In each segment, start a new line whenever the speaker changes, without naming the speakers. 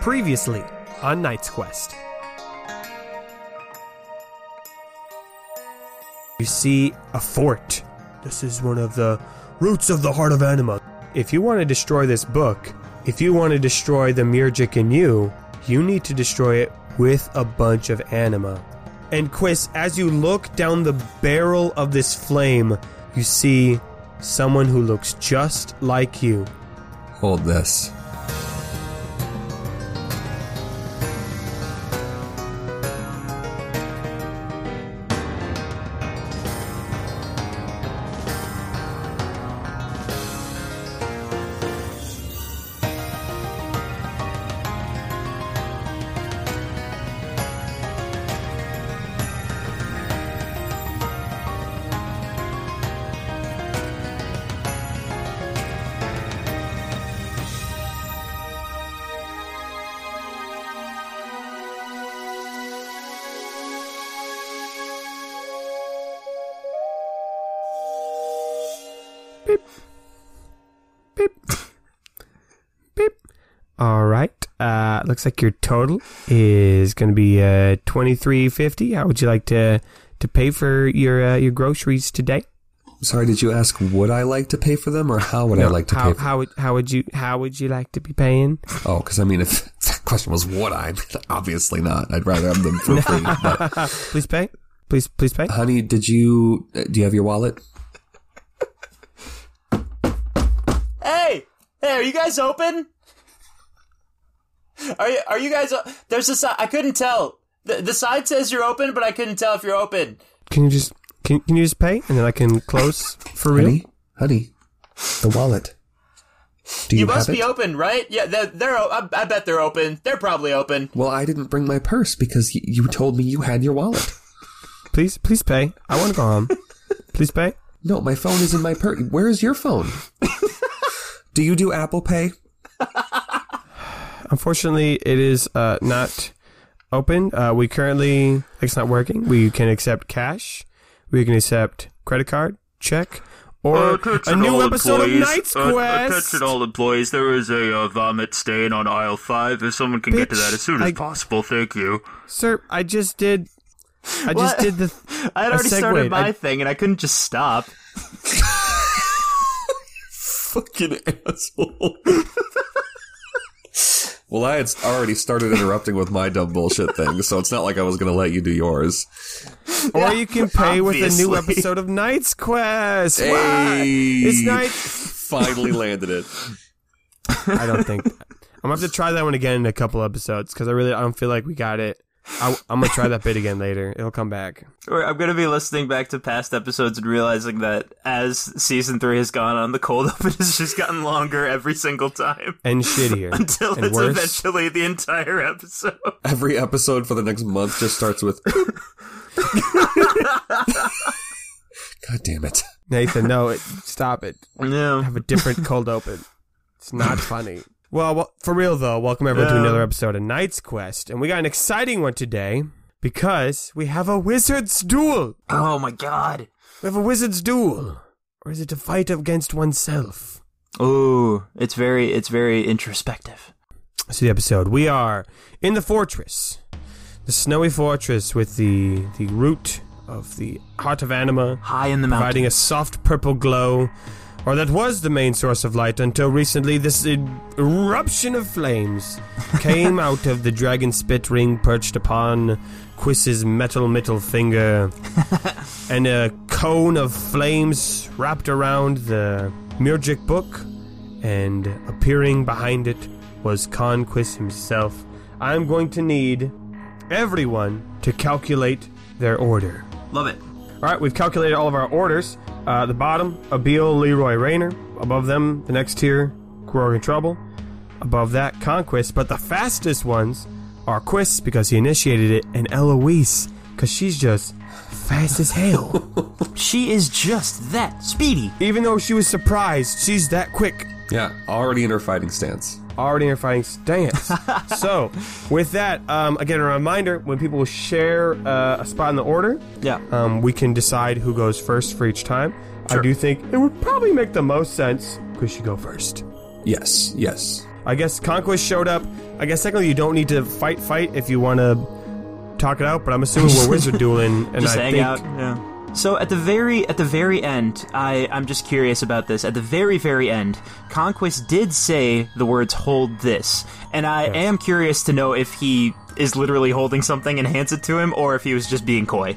Previously on Knight's Quest. You see a fort. This is one of the roots of the heart of anima. If you want to destroy this book, if you want to destroy the Murgic in you, you need to destroy it with a bunch of anima. And Quis, as you look down the barrel of this flame, you see someone who looks just like you.
Hold this.
Beep. All right. Uh, looks like your total is going to be uh, twenty three fifty. How would you like to to pay for your uh, your groceries today?
Sorry, did you ask would I like to pay for them or how would I like to
how,
pay for them?
how would how would you how would you like to be paying?
Oh, because I mean, if that question was would I, obviously not. I'd rather have them for free. But,
please pay. Please please pay.
honey, did you, uh, do you have your wallet?
Hey, hey, are you guys open? Are you are you guys? o- There's a sign. I couldn't tell. The, the sign says you're open, but I couldn't tell if you're open.
Can you just can, can you just pay and then I can close for real?
Honey, honey, the wallet. Do you,
You, must
have
be
it?
open, right? Yeah, they're. they're o- I, I bet they're open. They're probably open.
Well, I didn't bring my purse because y- you told me you had your wallet.
Please please pay. I want to go home. please pay.
No, my phone is in my purse. Where is your phone? do you do Apple Pay?
Unfortunately, it is uh, not open. Uh, we currently it's not working. We can accept cash. We can accept credit card, check, or a
Attention
new
all
episode of
employees.
Night's
Uh,
Quest.
Attention all employees. There is a uh, vomit stain on aisle five. If someone can get to
Bitch,
that as soon as
I-
possible, thank you.
Sir, I just did. I just
What?
did the.
I had
I
already started
segued.
my
I-
thing, and I couldn't just stop.
fucking asshole. well, I had already started interrupting with my dumb bullshit thing, so it's not like I was going to let you do yours.
Or you can pay with a new
obviously.
episode of Night's Quest. What?
Hey,
It's night.
Finally landed it.
I don't think. I'm gonna have to try that one again in a couple episodes because I really I don't feel like we got it. I, I'm gonna try that bit again later. It'll come back.
Or I'm gonna be listening back to past episodes and realizing that as season three has gone on, the cold open has just gotten longer every single time
and shittier
until
and
it's
worse.
eventually the entire episode.
Every episode for the next month just starts with. God damn it.
Nathan, no, it, stop it.
Yeah.
Have a different cold open. It's not funny. Well, well, for real though, welcome everyone to
Yeah.
another episode of Knight's Quest, and we got an exciting one today because we have a wizard's duel.
Oh my god.
We have a wizard's duel, or is it a fight against oneself?
Ooh, it's very it's very introspective.
Let's do the episode. We are in the fortress, the snowy fortress with the the root of the heart of anima.
High in the mountain.
providing a soft purple glow, or that was the main source of light until recently this e- eruption of flames came out of the dragon spit ring perched upon Quiss's metal middle finger, and a cone of flames wrapped around the Murgic book, and appearing behind it was Conquist himself. I'm going to need everyone to calculate their order.
Love it.
All right, we've calculated all of our orders. Uh, the bottom, Abiel, Leroy, Rayner. Above them, the next tier, Corrigan Trouble. Above that, Conquest. But the fastest ones are Quist because he initiated it, and Eloise because she's just fast as hell.
She is just that speedy.
Even though she was surprised, she's that quick.
Yeah, already in her fighting stance.
already in our fighting stance. so, with that, um, again, a reminder when people share uh, a spot in the order,
Yeah.
um, we can decide who goes first for each time. I do think it would probably make the most sense because you go first.
Yes, yes.
I guess Conquest showed up. I guess technically you don't need to fight fight if you want to talk it out, but I'm assuming we're wizard dueling, and
just
I
hang
think
out. Yeah. So at the very at the very end, I I'm just curious about this. At the very very end, Conquest did say the words "hold this," and I am curious to know if he is literally holding something and hands it to him, or if he was just being coy.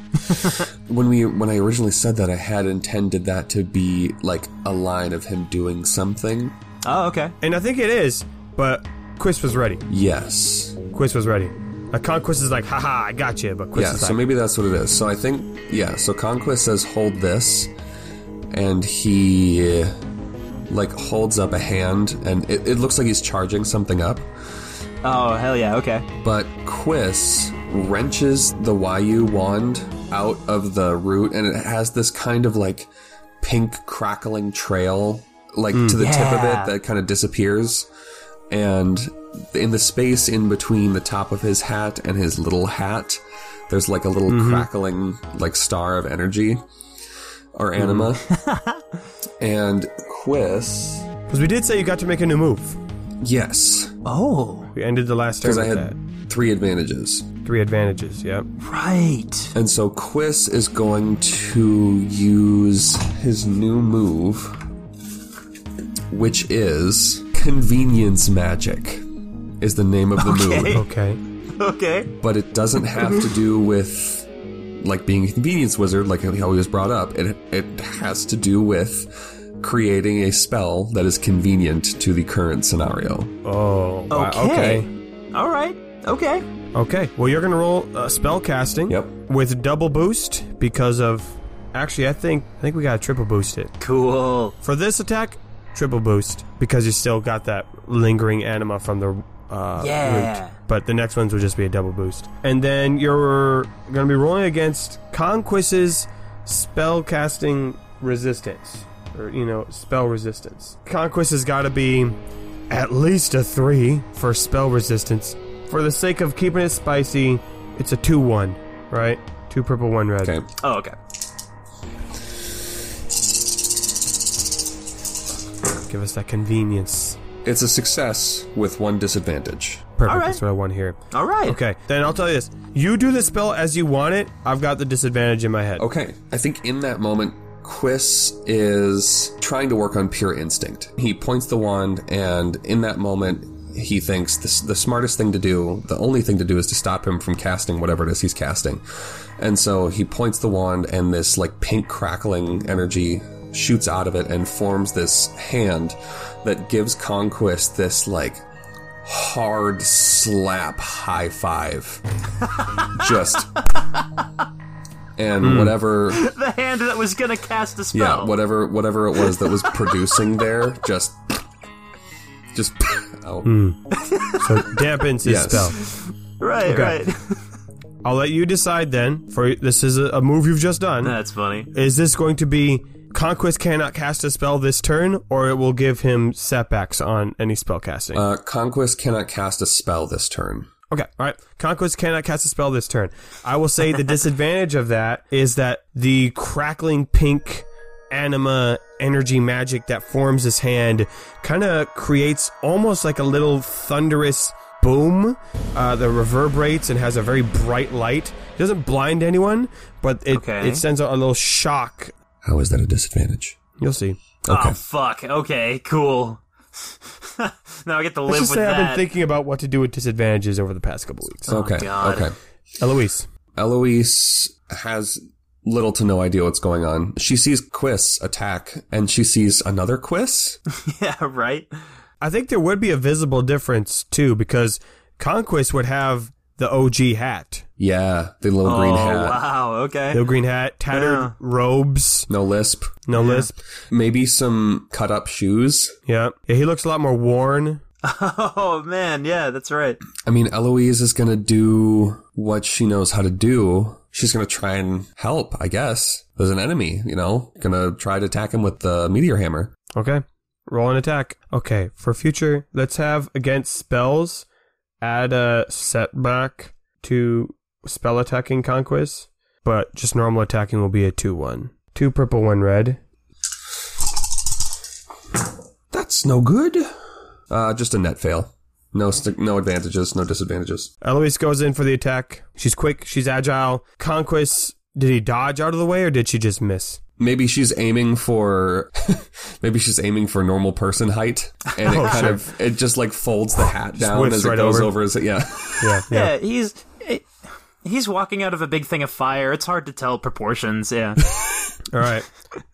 when we when I originally said that, I had intended that to be like a line of him doing something.
Oh, okay.
and I think it is. But Quist was ready.
Yes.
Quist was ready. Like Conquest is like, haha, I got you. But Quist
yeah.
is
So
like,
maybe that's what it is. So I think yeah. So Conquest says hold this, and he like holds up a hand, and it, it looks like he's charging something up.
Oh, hell yeah. Okay.
But Quiss wrenches the Wayu wand out of the root, and it has this kind of like pink crackling trail, like to the tip of
Yeah.
it, that kind of disappears. And in the space in between the top of his hat and his little hat, there's like a little crackling like star of energy or anima. and Quiss,
because we did say you got to make a new move.
yes,
Oh,
We ended the last turn
because I
with
had
that.
three advantages.
Three advantages. Yep.
right.
And so Quiss is going to use his new move, which is Convenience Magic, is the name of the
Okay.
move.
Okay.
Okay.
But it doesn't have to do with like being a convenience wizard, like how he was brought up. It it has to do with creating a spell that is convenient to the current scenario.
Oh. Wow. Okay.
All right. Okay.
Okay. Well, you're gonna roll uh, spell casting.
Yep.
With double boost because of. Actually, I think I think we gotta triple boost it
Cool.
for this attack. Triple boost because you still got that lingering anima from the. Uh,
Yeah.
root. But the next ones will just be a double boost, and then you're gonna be rolling against Conquist's spell casting resistance, or you know spell resistance. Conquest has got to be at least a three for spell resistance. For the sake of keeping it spicy, it's a two-one, right? Two purple, one red.
Okay.
Oh, okay.
Give us that convenience.
It's a success with one disadvantage.
Perfect.
All right.
That's what I want here.
All right.
Okay, then I'll tell you this. You do the spell as you want it. I've got the disadvantage in my head.
Okay, I think in that moment, Quiss is trying to work on pure instinct. He points the wand, and in that moment, he thinks this, the smartest thing to do, the only thing to do, is to stop him from casting whatever it is he's casting. And so he points the wand, and this like pink crackling energy shoots out of it and forms this hand that gives Conquest this like hard slap high five. Just. And whatever
The hand that was gonna cast a
yeah,
spell.
whatever whatever it was that was producing there, just just oh,
So dampens his
Yes.
spell.
Right.
Okay.
Right.
I'll let you decide then. For this is a, a move you've just done.
That's funny.
Is this going to be conquest cannot cast a spell this turn, or it will give him setbacks on any spell casting?
uh, conquest cannot cast a spell this turn.
okay, all right. Conquest cannot cast a spell this turn. I will say the disadvantage of that is that the crackling pink anima energy magic that forms his hand kind of creates almost like a little thunderous boom uh, that reverberates and has a very bright light. It doesn't blind anyone, but it,
Okay.
it sends out a little shock.
How is that a disadvantage?
You'll see.
Okay.
Oh fuck. Okay. Cool. now I get to live
Let's just
with
say
that.
I've been thinking about what to do with disadvantages over the past couple weeks.
okay.
Oh, God.
Okay.
Eloise.
Eloise has little to no idea what's going on. She sees Quiss attack and she sees another Quiss.
yeah. Right.
I think there would be a visible difference too, because Conquest would have the OG hat,
Yeah, the little
oh
green hat.
wow. Okay.
no green hat, tattered
Yeah.
robes,
No lisp.
no lisp.
Maybe some cut up shoes.
Yeah. yeah, he looks a lot more worn.
Oh man. Yeah. That's right.
I mean, Eloise is going to do what she knows how to do. She's going to try and help, I guess. There's an enemy, you know, going to try to attack him with the meteor hammer.
Okay, roll an attack. Okay, for future, let's have against spells, add a setback to spell attacking conquest, but just normal attacking will be a two one, two purple, one red.
That's no good. Uh, just a net fail. No, st- no advantages, no disadvantages.
Eloise goes in for the attack. She's quick. She's agile. Conquest. Did he dodge out of the way or did she just miss?
Maybe she's aiming for, maybe she's aiming for normal person height, and it kind of it just like folds the hat down
whiffs
as it
right
goes
over.
over. his, yeah,
Yeah.
Yeah, he's eh, he's walking out of a big thing of fire. It's hard to tell proportions. Yeah,
All right.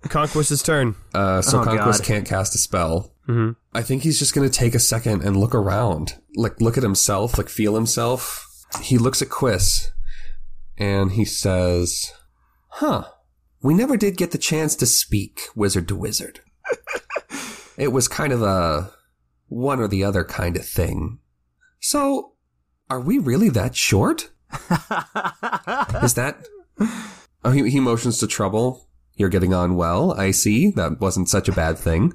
Conquest's turn.
uh, so
Oh,
conquest
God.
can't cast a spell. Mm-hmm. I think he's just gonna take a second and look around, like look at himself, like feel himself. He looks at Quiz, and he says, "Huh, we never did get the chance to speak, wizard to wizard. it was kind of a one or the other kind of thing. So, are we really that short? Is that?" Oh, he, he motions to trouble. You're getting on well. I see. That wasn't such a bad thing.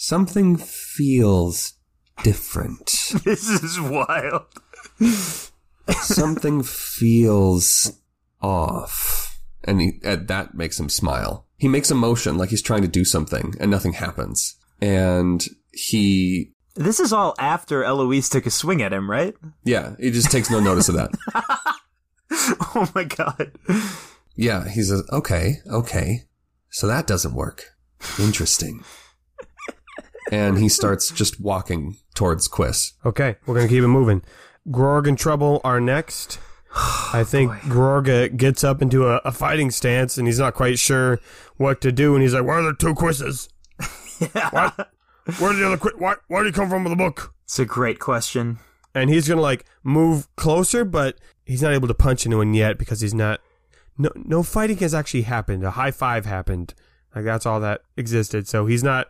Something feels different.
this is wild.
Something feels off. And, he, and that makes him smile. He makes a motion like he's trying to do something and nothing happens. And he,
This is all after Eloise took a swing at him, right?
yeah, he just takes no notice of that.
Oh my god.
Yeah, he says, okay, okay. So that doesn't work. Interesting. and he starts just walking towards Quiz.
Okay. We're going to keep it moving. Grog and Trouble are next. I think Grog gets up into a, a fighting stance and he's not quite sure what to do. And he's like, Where are the two quizzes? What? Where did the other quiz? Why, why did he come from with the book?
It's a great question.
and he's gonna like move closer, but he's not able to punch anyone yet because he's not. No, no fighting has actually happened. A high five happened. Like that's all that existed. So he's not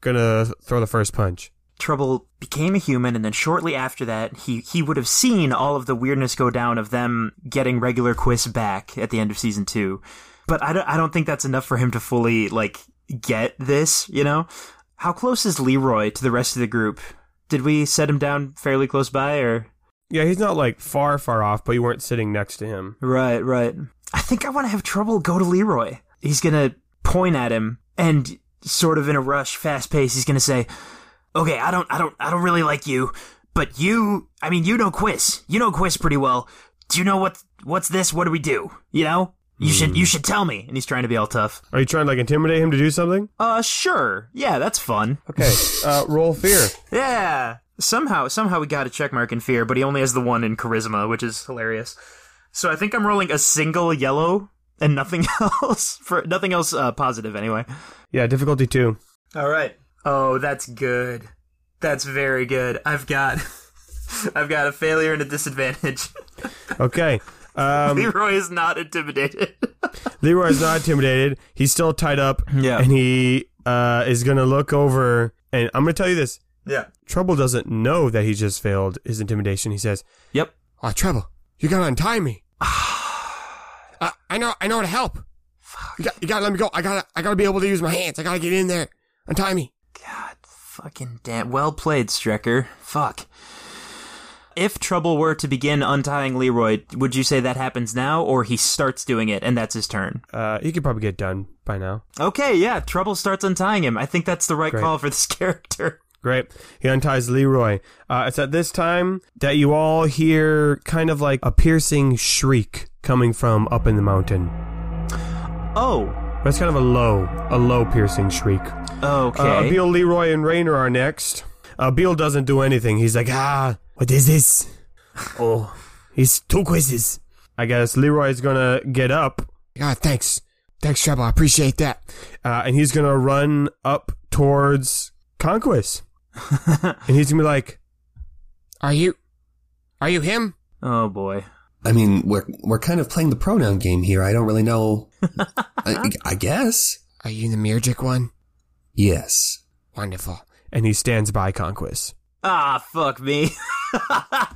gonna throw the first punch.
Trouble became a human, and then shortly after that, he, he would have seen all of the weirdness go down of them getting regular Quiz back at the end of season two. But I don't, I don't think that's enough for him to fully, like, get this, you know? How close is Leroy to the rest of the group? Did we set him down fairly close by, or?
Yeah, he's not like far, far off, but you weren't sitting next to him.
Right, right. I think I want to have trouble go to Leroy. He's going to point at him and sort of in a rush, fast pace, he's going to say, "Okay, I don't I don't I don't really like you, but you, I mean, you know Quiz. You know Quiz pretty well. Do you know what what's this? What do we do? You know? You should you should tell me." And he's trying to be all tough.
Are you trying to like intimidate him to do something?
"Uh, sure. Yeah, that's fun."
Okay, uh, roll fear.
Yeah. Somehow, somehow we got a checkmark in fear, but he only has the one in charisma, which is hilarious. So I think I'm rolling a single yellow and nothing else for nothing else uh, positive anyway.
Yeah, difficulty two.
All right. Oh, that's good. That's very good. I've got, I've got a failure and a disadvantage.
Okay. Um,
Leroy is not intimidated.
Leroy's not intimidated. He's still tied up.
Yeah.
And he uh, is gonna look over, and I'm gonna tell you this.
yeah.
Trouble doesn't know that he just failed his intimidation. He says,
Yep.
"Ah, Trouble, you gotta untie me. uh, I know, I know how to help. You, got, you gotta let me go. I gotta, I gotta be able to use my hands. I gotta get in there. Untie me.
God, fucking damn. Well played, Strecker. Fuck. If trouble were to begin untying Leroy, would you say that happens now, or he starts doing it and that's his turn?
Uh, he could probably get done by now.
Okay, yeah, trouble starts untying him. I think that's the right
Great.
call for this character.
Great. He unties Leroy. Uh, it's at this time that you all hear kind of like a piercing shriek coming from up in the mountain.
Oh,
But it's kind of a low, a low piercing shriek. Uh,
okay.
Beal, Leroy, and Rayner are next. Uh, Beal doesn't do anything. He's like, ah, what is this? Oh, it's two quizzes. I guess Leroy's gonna get up. Ah, thanks. Thanks, Trouble. I appreciate that. Uh, and he's gonna run up towards Conquest. and he's gonna be like, Are you, are you him?
oh boy.
I mean, we're we're kind of playing the pronoun game here. I don't really know. I, I guess
Are you the Mirjik one?
yes.
Wonderful. And he stands by Conquest.
Ah, fuck me.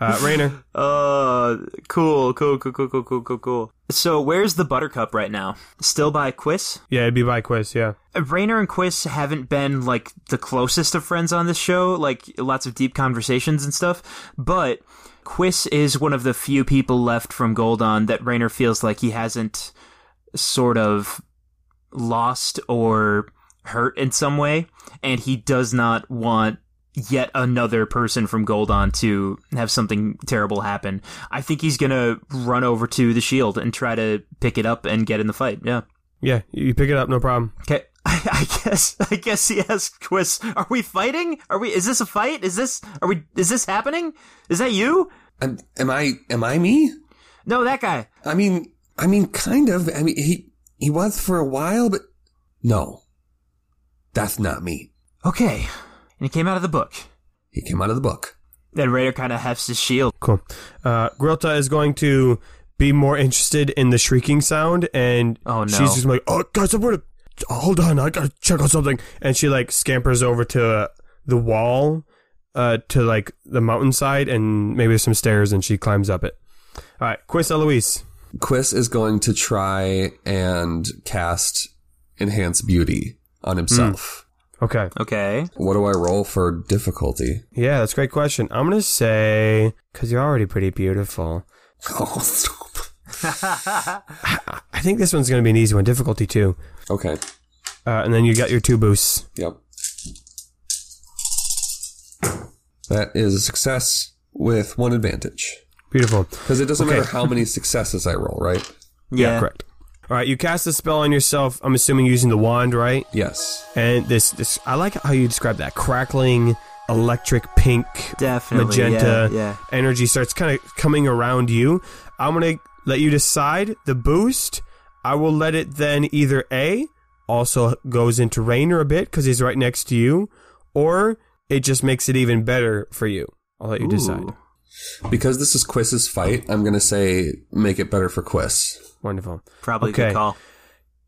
Uh, Rayner,
Uh, cool, cool, cool, cool, cool, cool, cool, cool. So, where's the Buttercup right now? Still by Quiz?
yeah, it'd be by Quiz, yeah.
Rainer and Quiz haven't been like the closest of friends on this show, like lots of deep conversations and stuff, but Quiz is one of the few people left from Goldon that Rainer feels like he hasn't sort of lost or hurt in some way, and he does not want yet another person from Goldon to have something terrible happen. I think he's gonna run over to the shield and try to pick it up and get in the fight. Yeah.
Yeah, you pick it up, no problem.
Okay. I, I guess I guess he asked Quiz, are we fighting? Are we is this a fight? Is this are we is this happening? Is that you?
Am, am I? Am I me?
No, that guy.
I mean, I mean, kind of. I mean, he he was for a while, but no, that's not me.
Okay. And he came out of the book.
He came out of the book.
Then Raider kind of hefts his shield.
Cool. Uh, Grota is going to be more interested in the shrieking sound, and
Oh, no.
she's just like, "Oh, guys, I'm gonna hold on. I gotta check on something." And she like scampers over to uh, the wall, uh, to like the mountainside, and maybe there's some stairs, and she climbs up it. All right, Quiz Eloise.
Quiss is going to try and cast enhance beauty on himself.
Okay.
Okay.
What do I roll for difficulty?
Yeah, that's a great question. I'm gonna say because you're already pretty beautiful.
Oh, stop.
I think this one's gonna be an easy one, difficulty two,
okay.
uh, and then you got your two boosts.
Yep. That is a success with one advantage.
Beautiful.
Because it doesn't
Okay.
matter how many successes I roll, right?
Yeah.
Correct. All right, you cast the spell on yourself. I'm assuming using the wand, right?
Yes.
And this, this, I like how you describe that crackling, electric, pink,
Definitely,
magenta
yeah, yeah.
energy starts kind of coming around you. I'm gonna let you decide the boost. I will let it then either a also goes into Rainer a bit because he's right next to you, or it just makes it even better for you. I'll let you decide.
Ooh.
Because this is Quiss's fight, I'm going to say make it better for Quiss.
Wonderful.
Probably a
Okay.
good call.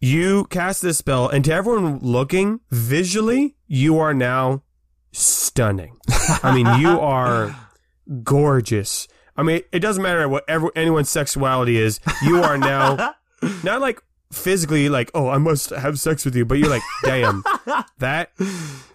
You cast this spell, and to everyone looking visually, you are now stunning. I mean, you are gorgeous. I mean, it doesn't matter what every, anyone's sexuality is. You are now not like physically like, oh, I must have sex with you, but you're like, damn, that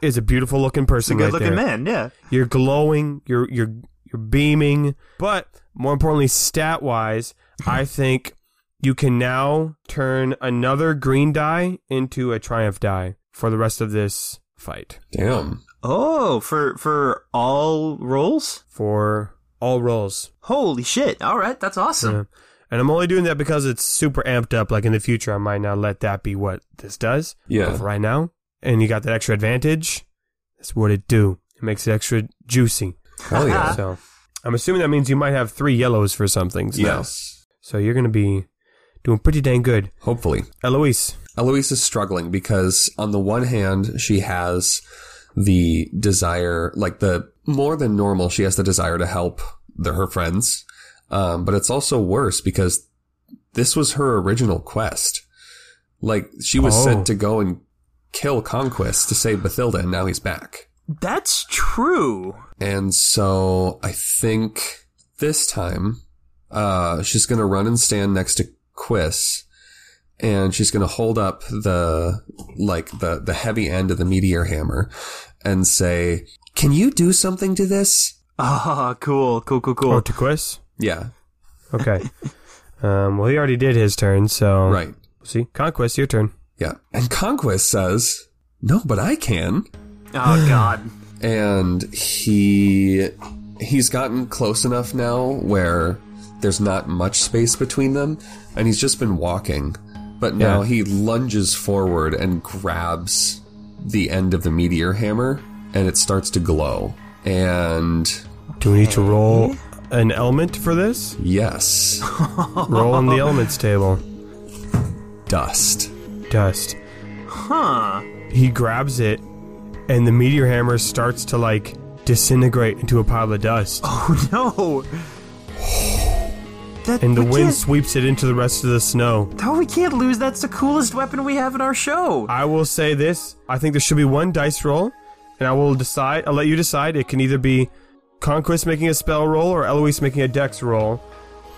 is a beautiful looking person.
Good
right
looking
there.
man, yeah.
You're glowing. You're you're you're beaming. But more importantly, stat wise, I think you can now turn another green die into a triumph die for the rest of this fight
Damn.
Oh, for for all roles?
for all rolls.
Holy shit. All right, that's awesome.
Yeah. And I'm only doing that because it's super amped up. Like in the future, I might not let that be what this does.
Yeah.
But for right now, and you got that extra advantage. That's what it do. It makes it extra juicy.
Hell yeah.
So I'm assuming that means you might have three yellows for some things now.
yes.
So you're going to be doing pretty dang good.
Hopefully.
Eloise.
Eloise is struggling because on the one hand, she has the desire, like the more than normal, she has the desire to help the, her friends. Um, but it's also worse because this was her original quest. Like she was
Oh.
sent to go and kill Conquest to save Bathilda and now he's back.
That's true.
And so I think this time, uh, she's going to run and stand next to Quiss and she's going to hold up the, like the, the heavy end of the meteor hammer and say, can you do something to this?
Oh, cool, cool, cool, cool.
Oh, to Quiz?
Yeah.
Okay. um, well, he already did his turn, so.
Right.
We'll see. Conquest, your turn.
Yeah. And Conquest says, no, but I can.
Oh god.
and he he's gotten close enough now where there's not much space between them and he's just been walking but now
Yeah.
he lunges forward and grabs the end of the meteor hammer and it starts to glow and
Do we need to roll an element for this?
yes
Roll on the elements table.
dust
Dust.
Huh.
He grabs it, and the meteor hammer starts to, like, disintegrate into a pile of dust.
Oh no. That
and the
we
wind
can't-
sweeps it into the rest of the snow.
No, we can't lose. That's the coolest weapon we have in our show.
I will say this. I think there should be one dice roll, and I will decide. I'll let you decide. It can either be Conquest making a spell roll or Eloise making a dex roll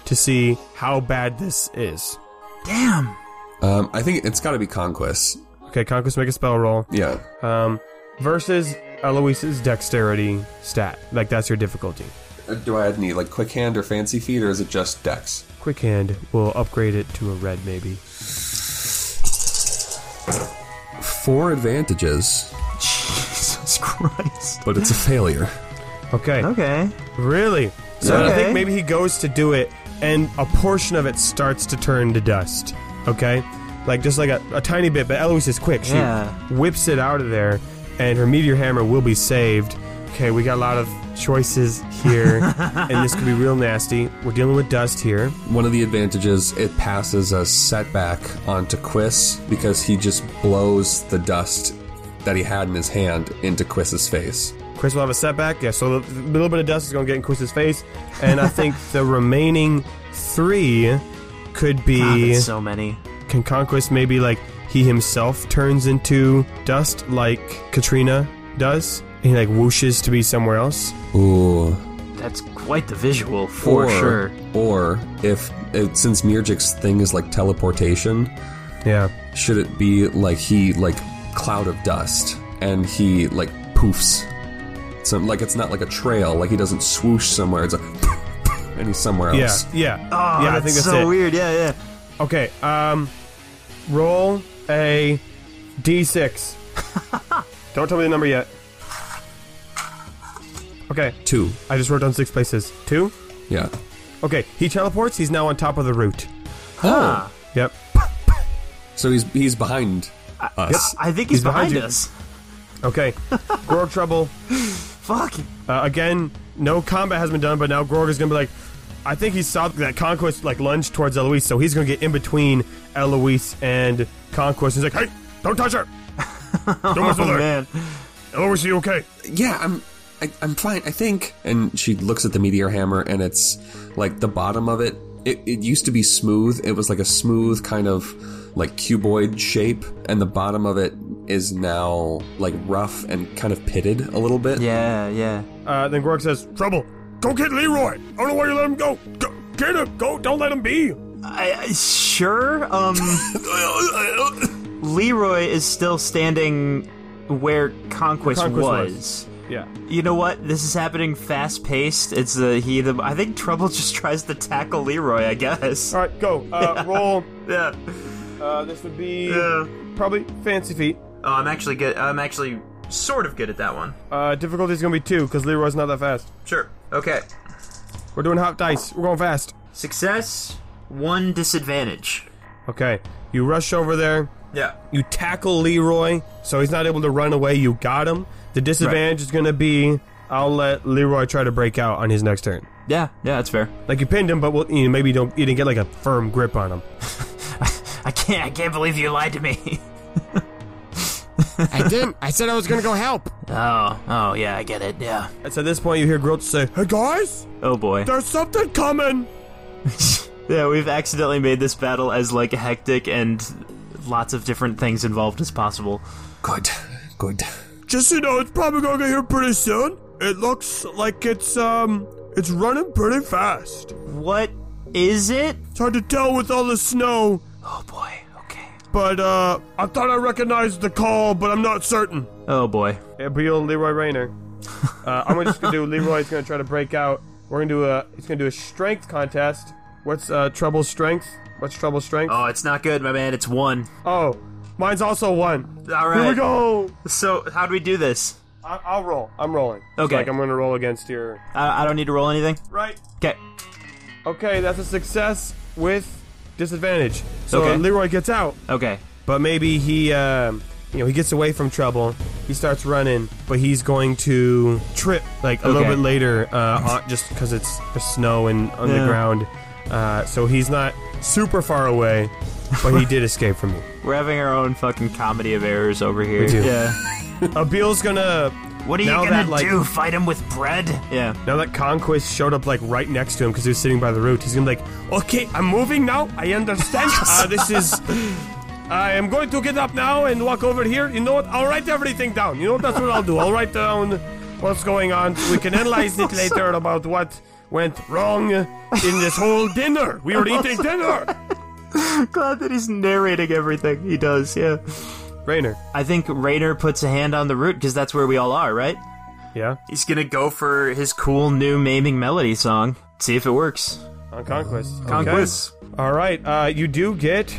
to see how bad this is.
Damn.
um, i think it's got to be conquest
Okay, Conquest make a spell roll
yeah
um, versus Eloise's dexterity stat. Like, that's your difficulty.
Uh, do i need like quick hand or fancy feet or is it just dex
Quick hand will upgrade it to a red, maybe.
four advantages,
Jesus Christ.
but it's a failure.
Okay.
Okay.
Really? So I
Yeah.
think
Okay.
maybe he goes to do it, and a portion of it starts to turn to dust. Okay? Like, just like a, a tiny bit, but Eloise is quick. She
Yeah.
whips it out of there, and her meteor hammer will be saved. Okay, we got a lot of choices here, and this could be real nasty. We're dealing with dust here.
One of the advantages, it passes a setback onto Quiss because he just blows the dust that he had in his hand into Quiss's face.
Chris will have a setback. Yeah, so a little bit of dust is going to get in Chris's face, and I think the remaining three could
God,
be
that's so many.
Can Conquest maybe like he himself turns into dust like Katrina does? He like whooshes to be somewhere else.
Ooh.
That's quite the visual, for
or,
sure.
Or if, it, since Mirjik's thing is like teleportation,
Yeah.
should it be like he like cloud of dust and he like poofs so like it's not like a trail like he doesn't swoosh somewhere it's like and he's somewhere
Yeah.
else
Yeah.
Oh,
yeah,
that's so weird. Yeah, yeah.
Okay. Um roll a D six. Don't tell me the number yet. Okay.
two
I just wrote down six places. Two?
yeah
Okay. He teleports, he's now on top of the root.
Huh.
Yep.
so he's he's behind us
I think he's,
He's behind
behind,
you.
us.
Okay. Grog trouble.
Fuck.
Uh, again, no combat has been done, but now Gorg is going to be like, I think he saw that Conquest like lunge towards Eloise, so he's going to get in between Eloise and Conquest. He's like, hey, don't touch her. Don't mess
Oh,
with her.
man.
Eloise, you okay?
yeah i'm I, i'm fine i think and she looks at the meteor hammer and it's like the bottom of it it, it used to be smooth it was like a smooth kind of like cuboid shape and the bottom of it is now like rough and kind of pitted a little bit
Yeah, yeah.
Uh, then Gorg says, trouble. Go get Leroy. I don't know why you let him go. go get him. Go. Don't let him be.
I, I- sure. Um, Leroy is still standing where Conquest,
Conquest was.
was.
Yeah.
You know what? This is happening fast paced. It's the he. The I think Trouble just tries to tackle Leroy. I guess.
All right, go. Uh, roll.
Yeah.
Uh, this would be
Yeah.
probably fancy feet.
Oh, I'm actually good. I'm actually sort of good at that one.
Uh, difficulty's going to be two because Leroy's not that fast.
Sure. Okay.
We're doing hot dice. We're going fast.
Success. One disadvantage.
Okay. You rush over there.
Yeah.
You tackle Leroy, so he's not able to run away. You got him. The disadvantage is going to be I'll let Leroy try to break out on his next turn.
Yeah. Yeah. That's fair.
Like you pinned him, but we'll, you know, maybe you don't you didn't get like a firm grip on him.
I can't. I can't believe you lied to me.
I didn't. I said I was going to go help.
oh. Oh. Yeah. I get it. Yeah.
It's at this point you hear Groot say, "Hey guys,
Oh boy.
there's something coming."
Yeah, we've accidentally made this battle as like hectic and lots of different things involved as possible.
Good, good.
Just so you know, it's probably going to get here pretty soon. It looks like it's um it's running pretty fast.
What is it?
It's hard to tell with all the snow,
Oh boy. Okay.
but uh I thought I recognized the call, but I'm not certain.
Oh boy.
Abril Leroy Rayner. Uh, I'm just gonna do Leroy's gonna try to break out. We're gonna do a he's gonna do a strength contest. What's uh trouble strength? What's trouble strength?
Oh, it's not good, my man. It's one.
oh, mine's also one.
All right.
Here we go.
So, how do we do this?
I- I'll roll. I'm rolling. It's
Okay.
like I'm gonna roll against your
I, I don't need to roll anything.
right.
Okay.
Okay, that's a success with disadvantage. So
Okay.
Leroy gets out,
Okay.
but maybe he um you know he gets away from trouble. He starts running, but he's going to trip like a little
Okay.
bit later, uh, on, just because it's the snow and on the
Yeah.
ground. Uh, so he's not super far away, but he did escape from me.
We're having our own fucking comedy of errors over here.
do.
Yeah.
Abil's Uh, gonna
What are
Now
you gonna
that, like-
do? Fight him with bread? Yeah.
now that Conquest showed up like right next to him because he was sitting by the root. He's gonna be like, okay, I'm moving now. I understand. Uh, this is. I am going to get up now and walk over here. You know what? I'll write everything down. You know that's what I'll do. I'll write down what's going on. We can analyze it later about what went wrong in this whole dinner. We were eating dinner.
Glad that he's narrating everything. He does. Yeah.
Rainer.
I think Rayner puts a hand on the root because that's where we all are, right?
Yeah.
He's gonna go for his cool new maiming melody song. See if it works.
On conquest. Okay.
Conquest.
All right. Uh, you do get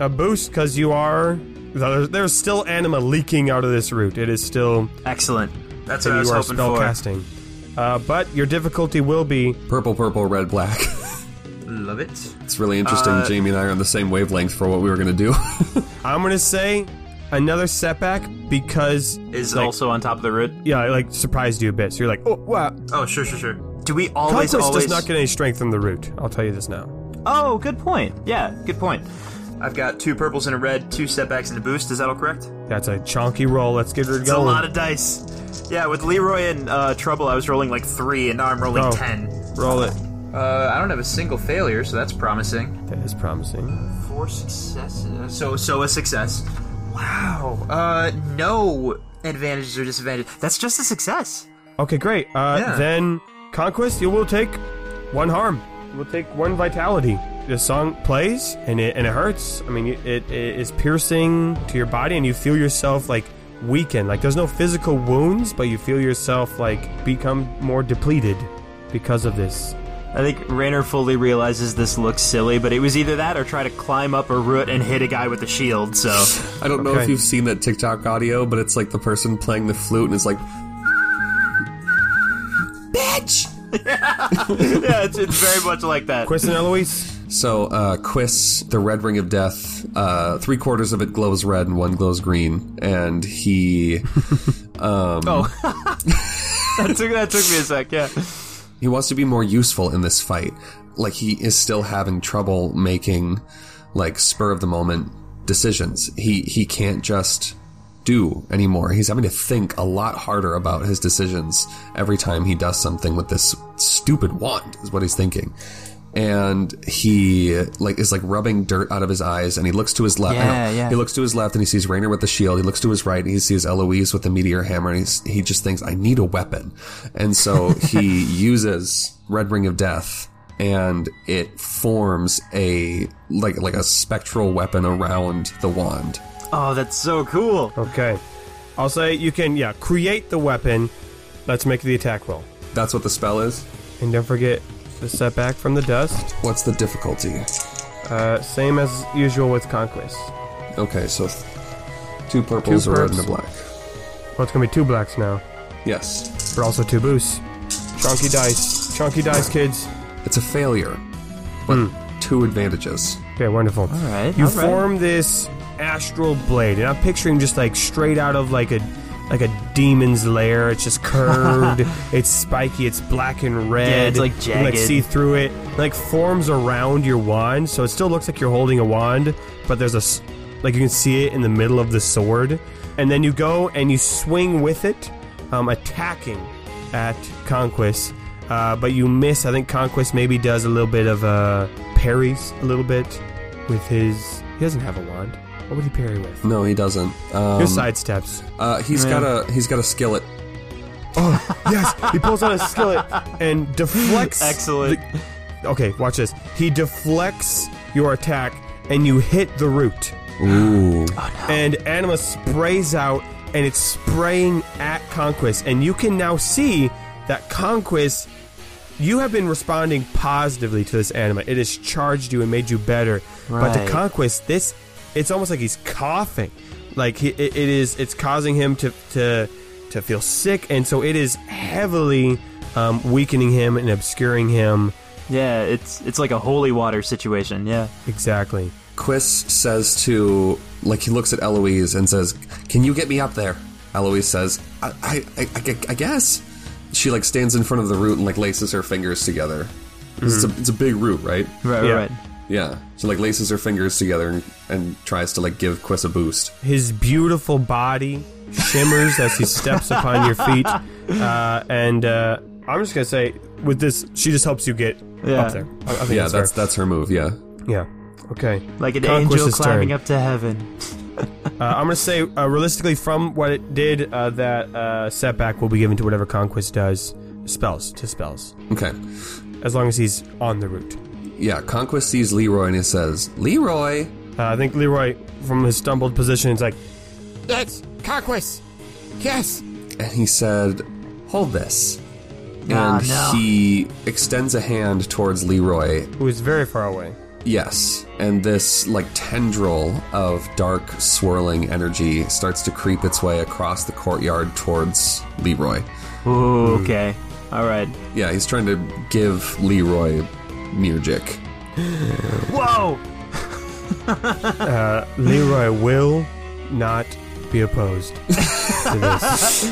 a boost because you are There's, there's still anima leaking out of this route. It is still
Excellent. That's what I
and
was
you are
hoping for.
spellcasting. Uh, but your difficulty will be
Purple, purple, red, black.
Love it.
It's really interesting. Jamie and I are on the same wavelength for what we were going to do.
I'm gonna say another setback because
Is
like,
also on top of the root.
yeah, it, like surprised you a bit. So you're like, oh wow.
Oh, sure, sure, sure. Do we always
Conquest
always?
does not get any strength from the root. I'll tell you this now.
oh, good point. Yeah, good point. I've got two purples and a red, two setbacks and a boost. Is that all correct?
That's a chunky roll. Let's get her
It's a
going.
lot of dice. Yeah, with Leroy in uh, trouble, I was rolling like three, and now I'm rolling
Oh.
ten.
roll it.
Uh, I don't have a single failure, so that's promising.
That is promising.
Four successes. So, so a success. Wow. Uh, no advantages or disadvantages. That's just a success.
Okay, great. Uh,
Yeah.
Then conquest, you will take one harm. You will take one vitality. The song plays and it and it hurts. I mean, it, it is piercing to your body, and you feel yourself like weaken. Like there's no physical wounds, but you feel yourself like become more depleted because of this.
I think Rainer fully realizes this looks silly, but it was either that or try to climb up a root and hit a guy with a shield. So,
I don't know if
Okay.
you've seen that TikTok audio, but it's like the person playing the flute and it's like, bitch.
yeah, it's, it's very much like that.
Chris and Eloise,
So, uh, Quiss, the Red Ring of Death, uh, three quarters of it glows red and one glows green, and he
that, took, that took me a sec. Yeah.
he wants to be more useful in this fight. Like he is still having trouble making like spur of the moment decisions. He he can't just do anymore. He's having to think a lot harder about his decisions every time he does something with this stupid wand is what he's thinking. And he like is like rubbing dirt out of his eyes and he looks to his left. I know.
Yeah, yeah.
He looks to his left and he sees Rainer with the shield. He looks to his right and he sees Eloise with the meteor hammer. And he's, he just thinks, I need a weapon. And so he uses Red Ring of Death and it forms a like like a spectral weapon around the wand.
Oh, that's so cool.
okay. I'll say you can yeah create the weapon. Let's make the attack roll,
That's what the spell is.
and don't forget the setback from the dust.
What's the difficulty?
Uh, same as usual with conquest.
Okay, so th- two purples,
Two
a red and a
purps.
black.
Well, it's gonna be two blacks now,
Yes.
but also two boosts. Chunky dice, chunky dice, kids.
It's a failure. But two advantages.
Okay, wonderful. All
right,
you
all right.
form this astral blade, and I'm picturing just like straight out of like a like a demon's lair. It's just curved, it's spiky, it's black and red.
Yeah, it's, like,
You can, like
jagged.
see through it. It, Like forms around your wand, so it still looks like you're holding a wand, but there's a s- like you can see it in the middle of the sword, and then you go and you swing with it, um, attacking at Conquest. Uh, but you miss. I think Conquest maybe does a little bit of uh, parries a little bit with his. He doesn't have a wand. What would he parry with?
No, he doesn't. Um,
Your sidesteps.
uh, he's got a he's got a skillet.
Oh yes, he pulls out a skillet and deflects.
Excellent.
the- okay, watch this. He deflects your attack, and you hit the root.
Ooh.
And anima sprays out, and it's spraying at Conquest, and you can now see that Conquest. You have been responding positively to this anima. It has charged you and made you better. But to
Right.
Conquest, this it's almost like he's coughing. Like he, it, it is, it's causing him to to to feel sick, and so it is heavily um, weakening him and obscuring him.
Yeah, it's it's like a holy water situation. Yeah.
Exactly.
Quiss says to like he looks at Eloise and says, "Can you get me up there?" Eloise says, "I I, I, I gu- I guess." She like stands in front of the root and like laces her fingers together. 'Cause It's, a, it's a big root, right?
Right.
Yeah.
Right.
Yeah. She like laces her fingers together and, and tries to like give Quiss a boost.
His beautiful body shimmers as he steps upon your feet. Uh, and uh, I'm just going to say, with this, she just helps you get
Yeah.
up there. I, I think
Yeah,
that's,
that's
fair.
that's her move. Yeah.
Yeah. Okay.
Like an
Conquest's
angel climbing
turn.
up to heaven.
Uh, I'm going to say, uh, realistically, from what it did, uh, that uh, setback will be given to whatever Conquest does. Spells, to spells.
Okay.
As long as he's on the route.
Yeah. Conquest sees Leroy and he says, "Leroy."
Uh, I think Leroy, from his stumbled position, is like,
That's Conquest. Yes.
and he said, "Hold this."
Ah,
and
no.
he extends a hand towards Leroy,
who is very far away.
Yes, and this like tendril of dark swirling energy starts to creep its way across the courtyard towards Leroy.
Ooh, okay. All right.
Yeah, he's trying to give Leroy music.
Whoa!
Leroy will not be opposed to this.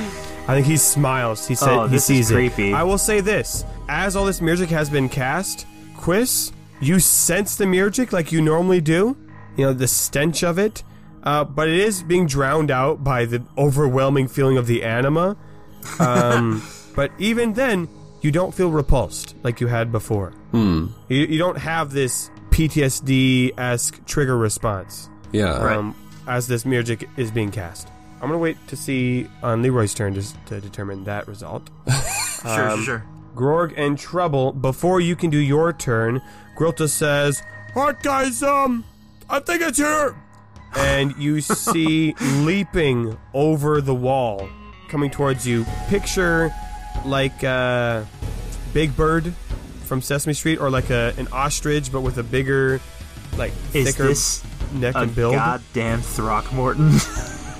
I think he smiles. He said
Oh,
he
this is
sees
creepy.
it. I will say this: as all this music has been cast, Quiz, you sense the music like you normally do. You know the stench of it, uh, but it is being drowned out by the overwhelming feeling of the anima. Um, but even then, you don't feel repulsed like you had before.
Hmm.
You, you don't have this PTSD esque trigger response
Yeah.
Right.
um, as this music is being cast. I'm gonna wait to see on Leroy's turn to, to determine that result.
Sure,
Um,
sure, sure.
Grog and Trouble, before you can do your turn, Grilta says, "Alright, guys, um, I think it's here." And you see leaping over the wall, coming towards you. Picture like uh, Big Bird from Sesame Street, or like a, an ostrich, but with a bigger, like
Is
thicker
this
neck
a
and build.
goddamn Throckmorton?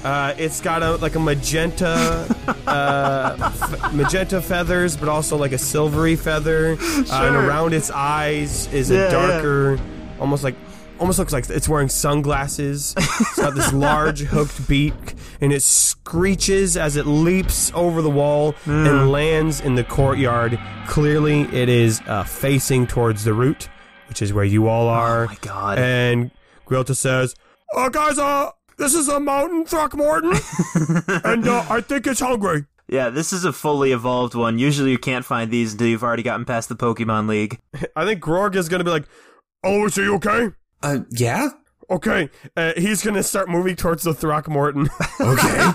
Uh, it's got a like a magenta, uh, f- magenta feathers, but also like a silvery feather. Uh, and
Sure.
around its eyes is
Yeah,
a
yeah.
darker, almost like, almost looks like it's wearing sunglasses. It's got this large hooked beak, and it screeches as it leaps over the wall
Mm.
and lands in the courtyard. Clearly, it is uh, facing towards the root, which is where you all are.
Oh my God.
And Grilta says, uh, guys, uh, this is a mountain Throckmorton, and uh, I think it's hungry.
yeah, this is a fully evolved one. Usually you can't find these until you've already gotten past the Pokemon League.
I think Grog is gonna be like, Alois, are you okay?
Uh, yeah.
Okay. Uh, he's gonna start moving towards the Throckmorton.
Okay.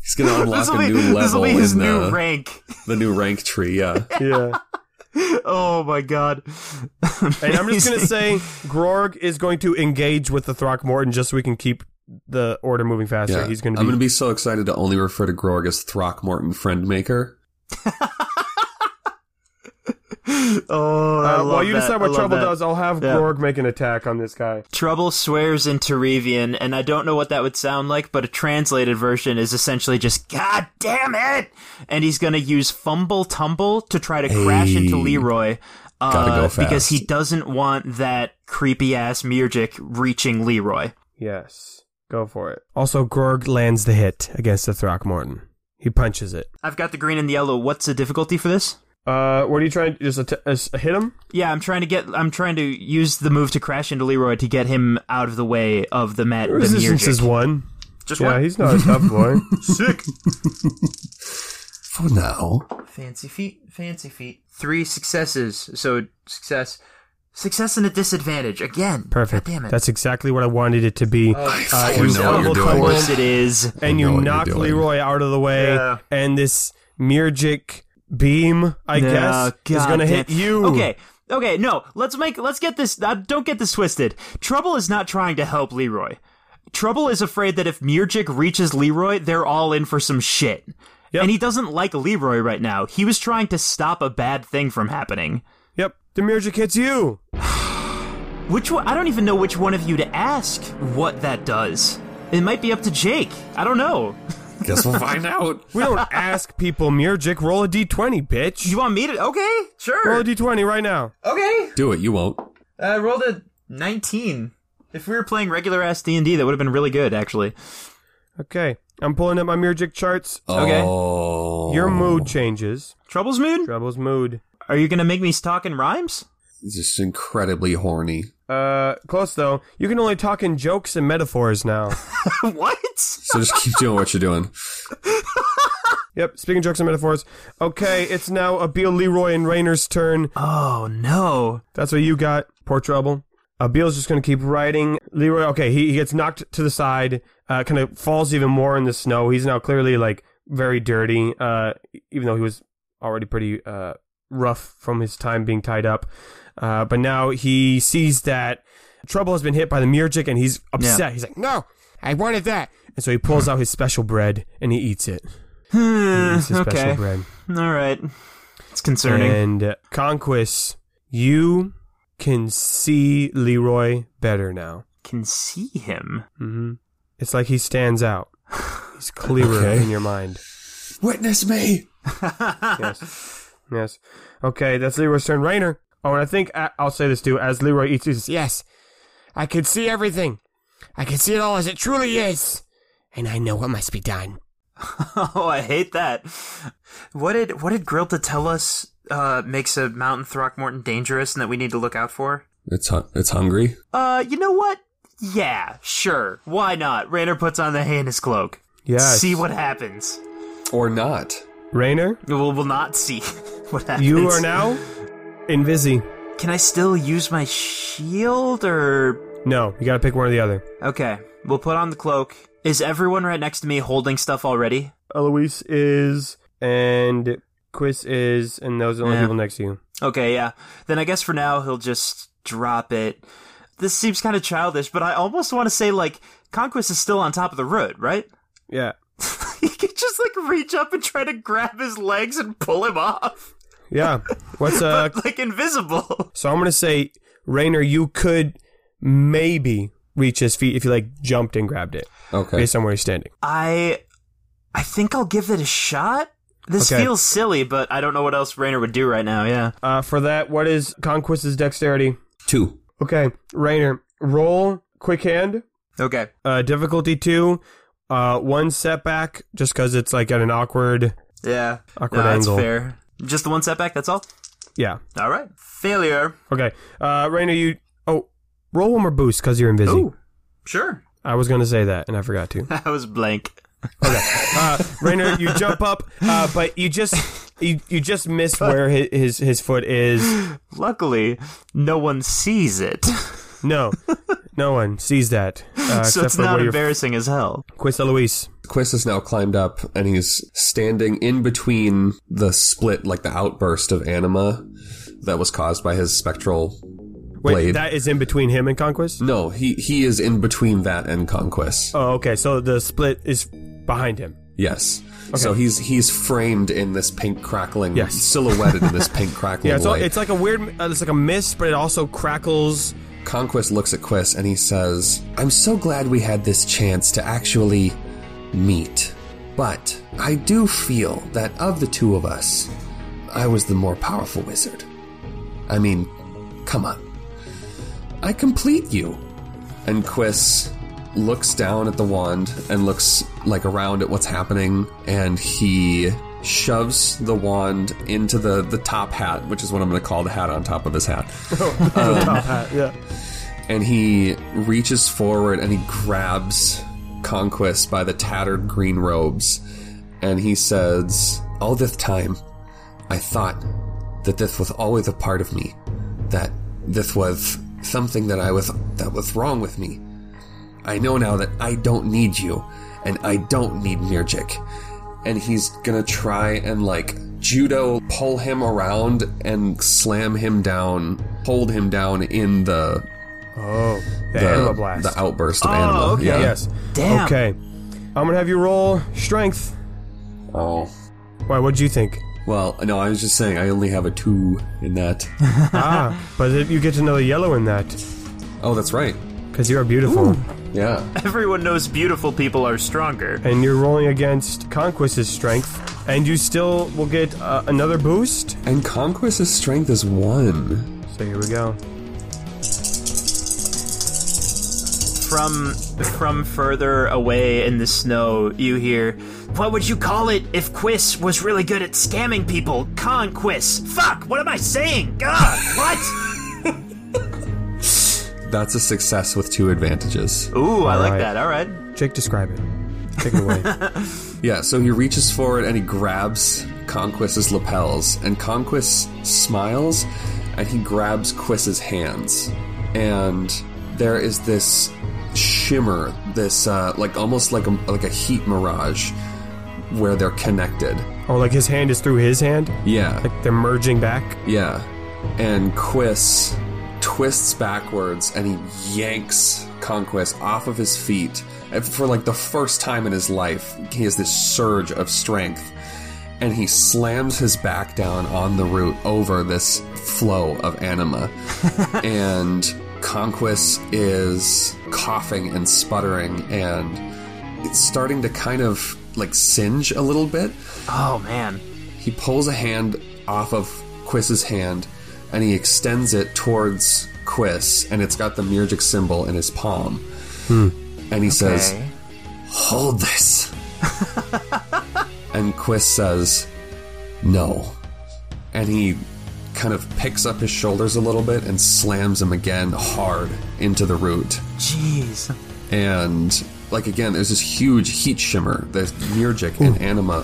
he's gonna unlock a new
this
level
will be
in
his
the,
new rank.
the new rank tree. Yeah.
yeah.
Oh my god.
And I'm just gonna say, Grog is going to engage with the Throckmorton just so we can keep the order moving faster.
yeah.
He's gonna
I'm
be.
gonna be so excited to only refer to Grog as Throckmorton Friendmaker.
Oh, I
uh,
love
while you
that.
decide
I
what
love
trouble
that.
does, I'll have
Yeah.
Grog make an attack on this guy.
Trouble swears in Terevian, and I don't know what that would sound like, but a translated version is essentially just "God damn it!" And he's gonna use fumble tumble to try to crash into Leroy, uh,
Gotta go fast.
because he doesn't want that creepy ass Mirjik reaching Leroy.
Yes. Go for it. Also, Grog lands the hit against the Throckmorton. He punches it.
I've got the green and the yellow. What's the difficulty for this?
Uh, what are you trying? Just att- just hit him?
Yeah, I'm trying to get. I'm trying to use the move to crash into Leroy to get him out of the way of the Matt. The
Resistance is
Mirjik.
one.
Just
Yeah,
one.
he's not a tough boy.
Sick.
For now.
Fancy feet, fancy feet. Three successes. So success, success and a disadvantage again.
Perfect.
God damn it. Uh,
That's exactly what I wanted it to be.
I
you double
know what you're doing.
Of
tumble.
course it is.
and
know
you
what you're
knock
doing.
Leroy out of the way,
Yeah.
and this Mirjik beam, I guess, is going to hit you.
Okay. Okay. No. Let's make. Let's get this. Uh, don't get this twisted. Trouble is not trying to help Leroy. Trouble is afraid that if Mirjik reaches Leroy, they're all in for some shit.
Yep.
And he doesn't like Leroy right now. He was trying to stop a bad thing from happening.
Yep. The Mirjik hits you.
Which one? I don't even know which one of you to ask what that does. It might be up to Jake. I don't know.
Guess we'll find out.
We don't ask people, Mirjik, roll a d20, bitch.
You want me to? Okay,
roll a
sure.
d20 right now.
Okay.
Do it. You won't.
I rolled a 19. If we were playing regular ass D and D, that would have been really good, actually.
Okay. I'm pulling up my Mirjik charts.
Okay.
Oh.
Your mood changes.
Troubles mood?
Trouble's mood.
Are you gonna make me talk in rhymes?
Just incredibly horny.
Uh, close though. You can only talk in jokes and metaphors now.
what?
So just keep doing what you're doing.
yep, speaking jokes and metaphors. Okay, it's now Abil, Leroy, and Rayner's turn.
Oh no.
That's what you got. Poor trouble. Abil's just gonna keep riding. Leroy, okay, he, he gets knocked to the side. Uh, kind of falls even more in the snow. He's now clearly like very dirty. Uh, even though he was already pretty uh rough from his time being tied up. Uh, but now he sees that trouble has been hit by the Murgic and he's upset. He's like,
No, I wanted that.
And so he pulls out his special bread and he eats it. He eats his
Hmm, okay.
special bread.
All right. It's concerning.
And uh, Conquest, you can see Leroy better now.
Can see him.
hmm It's like he stands out. He's clearer
Okay.
in your mind.
Witness me.
Yes. yes. Okay, that's Leroy's turn. Rainer. Oh, and I think I- I'll say this too. As Leroy eats his
Yes, I can see everything. I can see it all as it truly is. And I know what must be done.
Oh, I hate that. What did what did Grilta tell us uh, makes a mountain Throckmorton dangerous and that we need to look out for?
It's hu- it's hungry.
Uh, you know what? Yeah, sure. Why not? Rainer puts on the heinous cloak.
Yes.
See what happens.
Or not.
Rainer.
We'll, we'll not see what happens.
You are now invisi.
Can I still use my shield or?
No, you got to pick one or the other.
Okay, we'll put on the cloak. Is everyone right next to me holding stuff already?
Eloise is and Quiz is, and those are the only
Yeah.
people next to you.
Okay, yeah. Then I guess for now he'll just drop it. This seems kind of childish, but I almost want to say like Conquest is still on top of the road, right?
Yeah.
he could just like reach up and try to grab his legs and pull him off,
Yeah. What's uh?
like invisible.
so I'm gonna say, Rainer, you could maybe reach his feet if you like jumped and grabbed it
Okay.
based on where he's standing.
I, I think I'll give it a shot. This
Okay.
feels silly, but I don't know what else Rainer would do right now. Yeah.
Uh, for that, what is Conquest's dexterity?
Two.
Okay, Rainer, roll quick hand.
Okay.
Uh, difficulty two. Uh, one setback just because it's like at an awkward.
Yeah.
Awkward
no,
angle.
That's fair. Just the one setback. That's all.
Yeah.
All right. Failure.
Okay. Uh, Rainer, you. Oh, roll one more boost because you're invisible.
Sure.
I was gonna say that and I forgot to.
That was blank.
Uh, Rainer, you jump up, uh, but you just you, you just miss where his, his his foot is.
Luckily, no one sees it,
No, no one sees that uh,
so
except
it's
for
not
where your
embarrassing as hell.
Quiz Eloise.
Quist has now climbed up and he's standing in between the split, like the outburst of anima that was caused by his spectral
Wait,
blade.
that is in between him and Conquest.
no, he he is in between that and conquest.
Oh, okay. So the split is behind him.
Yes. So he's he's framed in this pink crackling,
Yes.
silhouetted in this pink crackling
Yeah, it's, all,
light.
it's like a weird, uh, it's like a mist, but it also crackles.
Conquest looks at Quist and he says, I'm so glad we had this chance to actually meet. But I do feel that of the two of us, I was the more powerful wizard. I mean, come on. I complete you. And Quist looks down at the wand and looks like around at what's happening and he shoves the wand into the, the top hat, which is what I'm going to call the hat on top of his hat
yeah.
and he reaches forward and he grabs Conquest by the tattered green robes, and he says, "All this time, I thought that this was always a part of me, that this was something that I was that was wrong with me. I know now that I don't need you, and I don't need Mirjik." And he's gonna try and like judo pull him around and slam him down, hold him down in the
Oh, the,
the,
anima blast.
the outburst of anima.
okay.
Yeah.
yes.
Damn.
Okay. I'm gonna have you roll strength.
Oh.
Why? What'd you think?
Well, no, I was just saying I only have a two in that.
ah, but it, you get another yellow in that
Oh, that's right.
because you are beautiful.
Yeah.
Everyone knows beautiful people are stronger.
and you're rolling against Conquest's strength, and you still will get uh, another boost.
And Conquest's strength is one.
So here we go.
From from further away in the snow, you hear, "What would you call it if Quiz was really good at scamming people? Conquist. Fuck. What am I saying? God. What?
That's a success with two advantages.
Ooh, I like
right.
that. All right.
Jake, describe it. Take it away.
Yeah, so he reaches forward and he grabs Conquest's lapels, and Conquest smiles and he grabs Quiss's hands. And there is this shimmer, this uh, like almost like a, like a heat mirage where they're connected.
oh, like his hand is through his hand.
Yeah.
Like they're merging back.
Yeah. And Quiss twists backwards and he yanks Conquest off of his feet. And for like the first time in his life, he has this surge of strength. and he slams his back down on the root over this flow of anima. and Conquest is coughing and sputtering and it's starting to kind of like singe a little bit.
Oh man.
He pulls a hand off of Quiss's hand and he extends it towards Quiss, and it's got the Myrgic symbol in his palm.
Hmm.
And he says,
Okay.
Hold this. and Quiss says, No. And he kind of picks up his shoulders a little bit and slams him again hard into the root.
Jeez.
And, like, again, there's this huge heat shimmer, there's Myrgic and Anima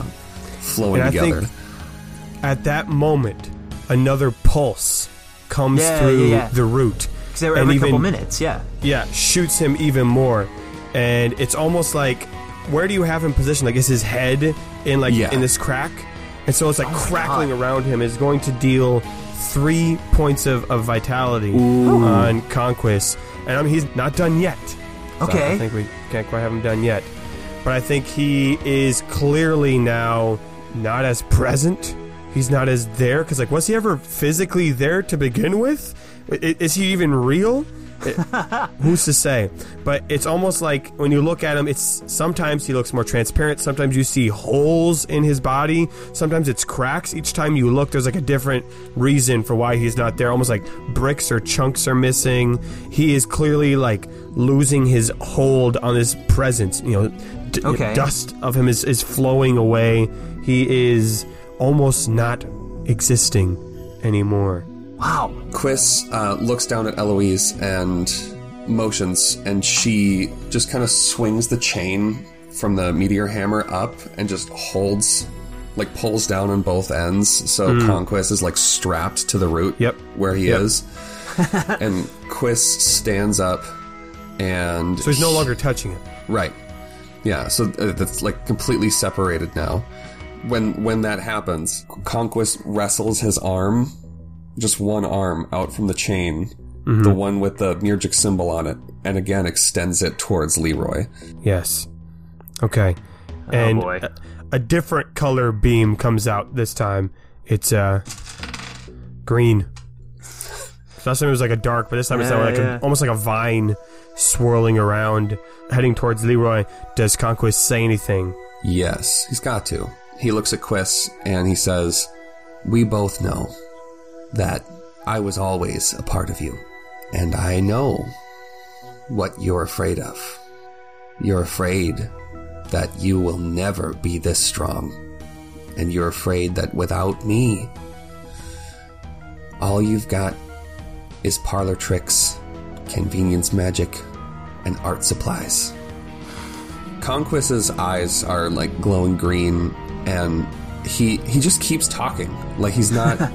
flowing
And I
together.
think at that moment, another pulse comes
Yeah,
through
yeah, yeah.
the root.
Because every
and
couple
even-
minutes, yeah.
Yeah, shoots him even more. And it's almost like, where do you have him positioned? Like, is his head in like
Yeah.
in this crack? And so it's like
Oh my
crackling
God.
around him is going to deal three points of, of vitality on Conquest. And I mean, he's not done yet. So
Okay.
I think we can't quite have him done yet. But I think he is clearly now not as present. He's not as there because, like, was he ever physically there to begin with? I- Is he even real? I- Who's to say? But it's almost like when you look at him, it's sometimes he looks more transparent. Sometimes you see holes in his body. Sometimes it's cracks. Each time you look, there's like a different reason for why he's not there. Almost like bricks or chunks are missing. He is clearly like losing his hold on his presence. You know, d-
Okay.
dust of him is, is flowing away. He is almost not existing anymore.
Wow.
Quiss uh, looks down at Eloise and motions, and she just kind of swings the chain from the meteor hammer up and just holds, like pulls down on both ends. So Conquest is like strapped to the root
Hmm. Yep.
where he
Yep.
is. and Quiss stands up and.
So he's no longer touching it.
Right. Yeah, so uh, that's like completely separated now. When when that happens, Conquest wrestles his arm, just one arm out from the chain, the one with the Myrgic symbol on it, and again extends it towards Leroy.
Yes. Okay. And
Oh, boy.
A, a different color beam comes out this time. It's uh green. Last time it was like a dark, but this time it's
Yeah,
like a-
yeah.
almost like a vine swirling around, heading towards Leroy. Does Conquest say anything?
Yes, he's got to. He looks at Quiss and he says, "We both know that I was always a part of you, and I know what you're afraid of. You're afraid that you will never be this strong, and you're afraid that without me, all you've got is parlor tricks, convenience magic, and art supplies." Conquest's eyes are like glowing green, and he he just keeps talking. Like he's not.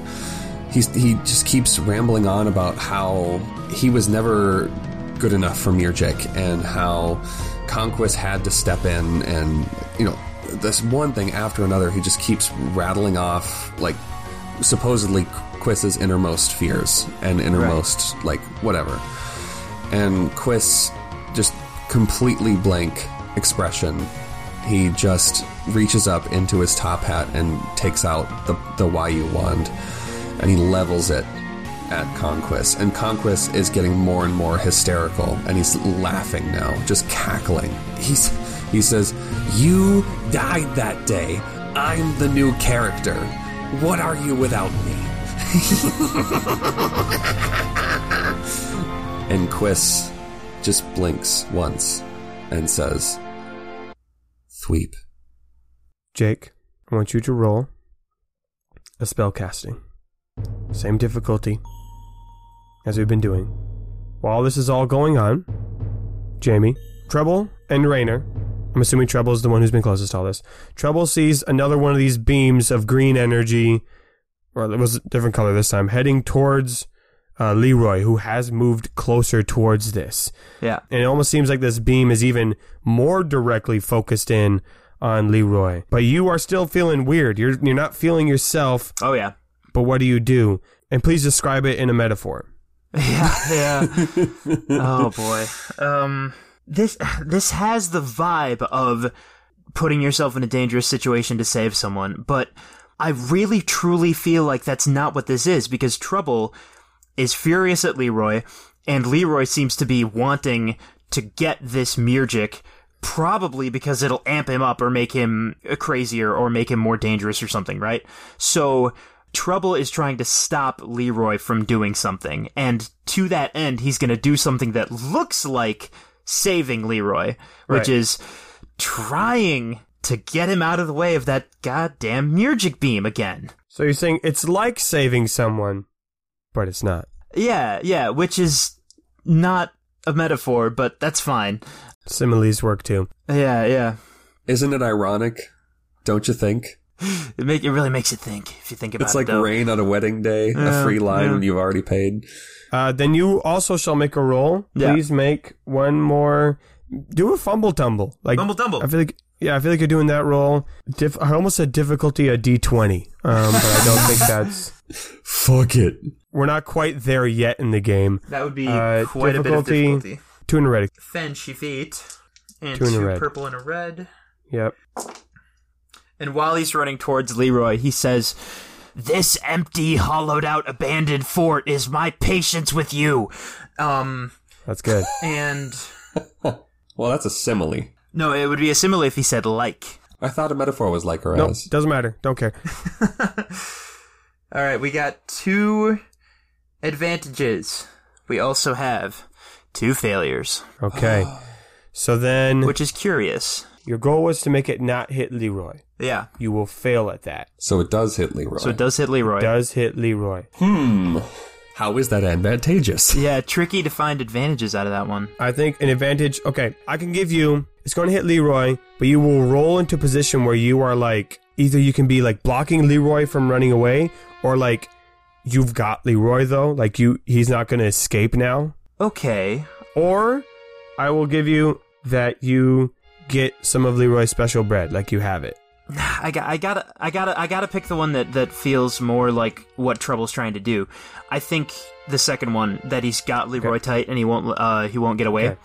he's he just keeps rambling on about how he was never good enough for Mirjek and how Conquest had to step in, and you know this one thing after another. He just keeps rattling off like supposedly Quiss's innermost fears and innermost like whatever and Quiss just completely blank expression. He just reaches up into his top hat and takes out the, the YU wand and he levels it at Conquest. And Conquest is getting more and more hysterical and he's laughing now, just cackling. He's, he says, You died that day. I'm the new character. What are you without me? And Quiss just blinks once and says, Thweep.
Jake, I want you to roll a spell casting. Same difficulty as we've been doing. While this is all going on, Jamie, Treble, and Rainer, I'm assuming Treble is the one who's been closest to all this. Treble sees another one of these beams of green energy, or it was a different color this time, heading towards uh, Leroy, who has moved closer towards this
Yeah.
and it almost seems like this beam is even more directly focused in on Leroy. But you are still feeling weird. You're you're not feeling yourself.
Oh yeah.
But what do you do? And please describe it in a metaphor.
Yeah, yeah. oh boy. Um this this has the vibe of putting yourself in a dangerous situation to save someone, but I really truly feel like that's not what this is because Trouble is furious at Leroy, and Leroy seems to be wanting to get this Murgic probably because it'll amp him up or make him uh, crazier or make him more dangerous or something, right? So Trouble is trying to stop Leroy from doing something, and to that end, he's going to do something that looks like saving Leroy, which
Right.
is trying to get him out of the way of that goddamn Murgic beam again.
So you're saying it's like saving someone, but it's not.
Yeah, yeah, which is not a metaphor, but that's fine.
Similes work too.
Yeah, yeah.
Isn't it ironic? Don't you think?
It make it really makes you think if you think about
It's
it.
like
though.
rain on a wedding day, a free line when you've already paid.
Uh, then you also shall make a roll.
Yeah.
Please make one more. Do a fumble tumble. Like
Fumble tumble.
I feel like yeah, I feel like you're doing that roll. Diff- I almost said difficulty a d20, um, but I don't think that's.
Fuck it.
We're not quite there yet in the game.
That would be
Uh, quite a bit of difficulty- difficulty. Two and a red.
Fancy feet. And
Two and a two red.
purple and a red.
Yep.
And while he's running towards Leroy, he says, This empty, hollowed out, abandoned fort is my patience with you. Um,
That's good.
and.
Well, that's a simile.
No, it would be a simile if he said like.
I thought a metaphor was like her
Nope.
ass.
Doesn't matter. Don't care.
All right, we got two advantages. We also have two failures,
Okay. So then
which is curious.
your goal was to make it not hit Leroy.
Yeah.
You will fail at that.
So it does hit Leroy.
So it does hit Leroy.
Does hit Leroy.
Hmm. How is that advantageous?
Yeah, tricky to find advantages out of that one.
I think an advantage. Okay, I can give you. It's going to hit Leroy, but you will roll into a position where you are like either you can be like blocking Leroy from running away, or like you've got Leroy though. Like you, he's not going to escape now.
Okay.
Or I will give you that you get some of Leroy's special bread, like you have it.
I got I got to I got to I got to pick the one that that feels more like what Trouble's trying to do. I think the second one that he's got Leroy tight and he won't uh he won't get away
Okay.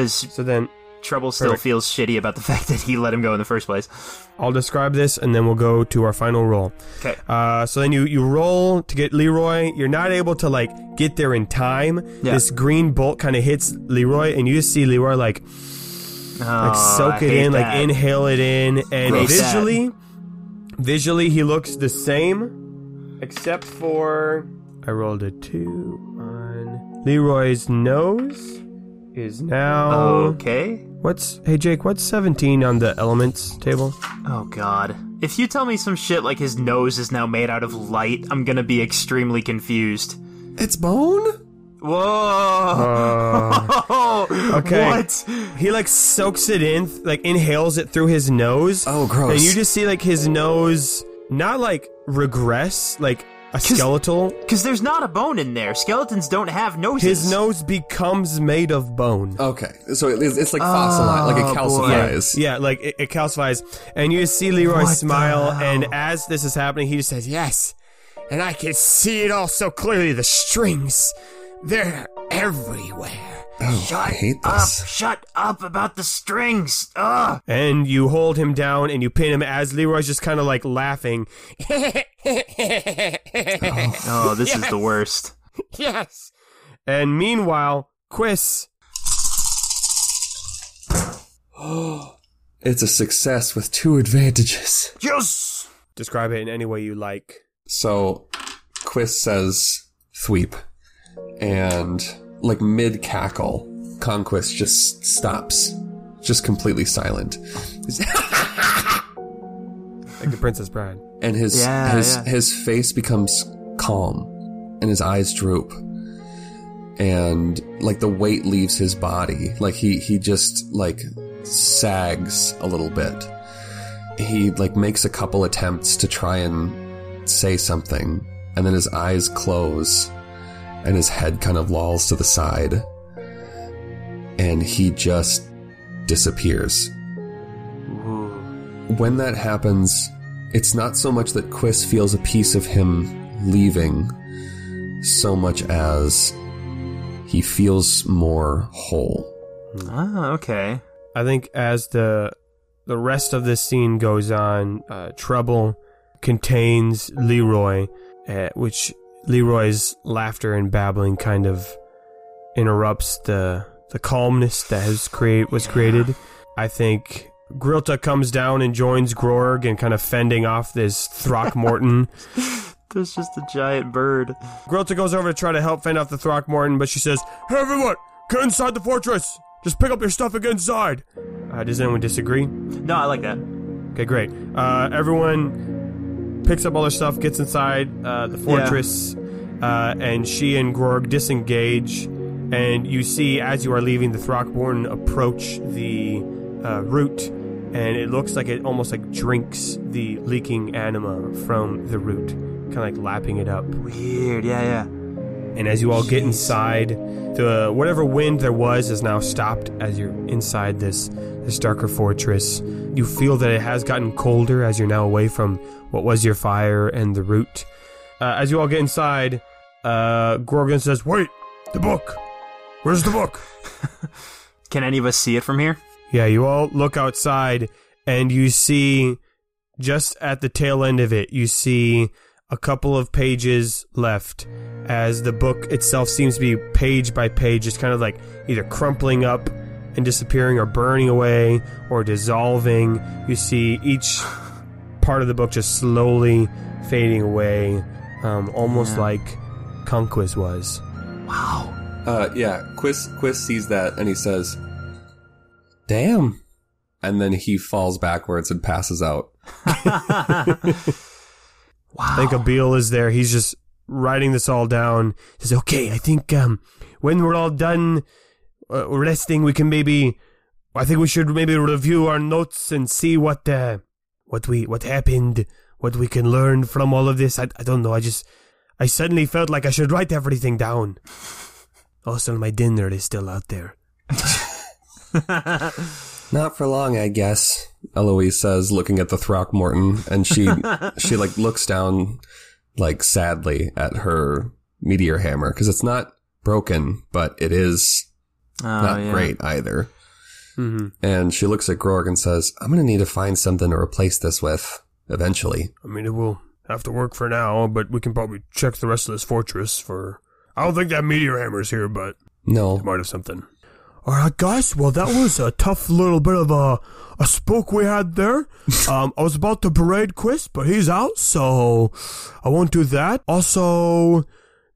cuz
So then
Trouble still
Perfect.
feels shitty about the fact that he let him go in the first place.
I'll describe this, and then we'll go to our final roll.
Okay.
Uh, so then you, you roll to get Leroy. You're not able to like get there in time.
Yeah.
This green bolt kind of hits Leroy, and you just see Leroy like like
Oh,
soak
I
it
hate
in,
that.
like inhale it in, and
Gross.
visually, visually he looks the same, except for I rolled a two on Leroy's nose is now
Oh. Okay.
what's hey Jake what's seventeen on the elements table?
Oh god. If you tell me some shit like his nose is now made out of light, I'm going to be extremely confused.
It's bone?
Whoa. Uh.
okay.
What?
He like soaks it in, like inhales it through his nose.
Oh, gross.
And you just see like his nose not like regress, like a skeletal.
Because there's not a bone in there. Skeletons don't have noses.
His nose becomes made of bone.
Okay. So it- it's, it's like fossilized, like it calcifies.
Oh, Yeah, like it, it calcifies. And you see Leroy
What the
smile,
hell?
and as this is happening, he just says,
Says yes, and I can see it all so clearly. The strings, they're everywhere.
Oh, I hate
Up,
this.
shut up about the strings. Ugh.
and you hold him down and you pin him as Leroy's just kind of like laughing.
Oh, this is the worst.
yes,
And meanwhile, Quiss
It's a success with two advantages.
Yes.
describe it in any way you like.
So, Quiz says thweep, and like mid cackle, Conquest just stops, just completely silent,
Like the Princess Bride.
and his
Yeah,
his
yeah.
his face becomes calm, and his eyes droop, and like the weight leaves his body, like he he just like sags a little bit. He like makes a couple attempts to try and say something, and then his eyes close and his head kind of lolls to the side and he just disappears. When that happens, it's not so much that Quiss feels a piece of him leaving, so much as he feels more whole.
Ah, okay.
I think as the the rest of this scene goes on. Uh, Trouble contains Leroy, uh, which Leroy's laughter and babbling kind of interrupts the the calmness that has create was created. I think Grilta comes down and joins Grorg and kind of fending off this Throckmorton.
There's just a giant bird.
Grilta goes over to try to help fend off the Throckmorton, but she says, "Hey, everyone, get inside the fortress. Just pick up your stuff and get inside." Uh, does anyone disagree?
No, I like that.
Okay, great. Uh, everyone picks up all their stuff, gets inside uh, the fortress, uh, and she and Gorg disengage. And you see, as you are leaving, the Throckborn approach the uh, root, and it looks like it almost like drinks the leaking anima from the root, kind of like lapping it up.
Weird. Yeah, yeah.
And as you all get inside, the whatever wind there was is now stopped as you're inside this this darker fortress. You feel that it has gotten colder as you're now away from what was your fire and the root. Uh, as you all get inside, uh, Gorgon says, "Wait, the book. Where's the book?"
Can any of us see it from here?
Yeah, you all look outside and you see just at the tail end of it, you see a couple of pages left as the book itself seems to be page by page, just kind of like either crumpling up and disappearing or burning away or dissolving. You see each part of the book just slowly fading away, um, almost
Yeah.
like Conquest was.
Wow.
Uh, yeah, Quiz Quiz sees that and he says, "Damn!" And then he falls backwards and passes out.
I think Abil is there. He's just writing this all down. He says, "Okay, I think um, when we're all done uh, resting, we can maybe. I think we should maybe review our notes and see what uh, what we what happened, what we can learn from all of this. I, I don't know. I just I suddenly felt like I should write everything down. Also, my dinner is still out there.
Not for long, I guess. Eloise says, looking at the Throckmorton, and she she like looks down, like sadly, at her meteor hammer because it's not broken, but it is
Oh,
not
yeah.
great either.
Mm-hmm.
And she looks at Grog and says, "I'm gonna need to find something to replace this with eventually."
I mean, it will have to work for now, but we can probably check the rest of this fortress for. I don't think that meteor hammer's here, but
No,
might have something. All right, guys. Well, that was a tough little bit of a a spoke we had there. Um, I was about to parade Chris, but he's out, so I won't do that. Also,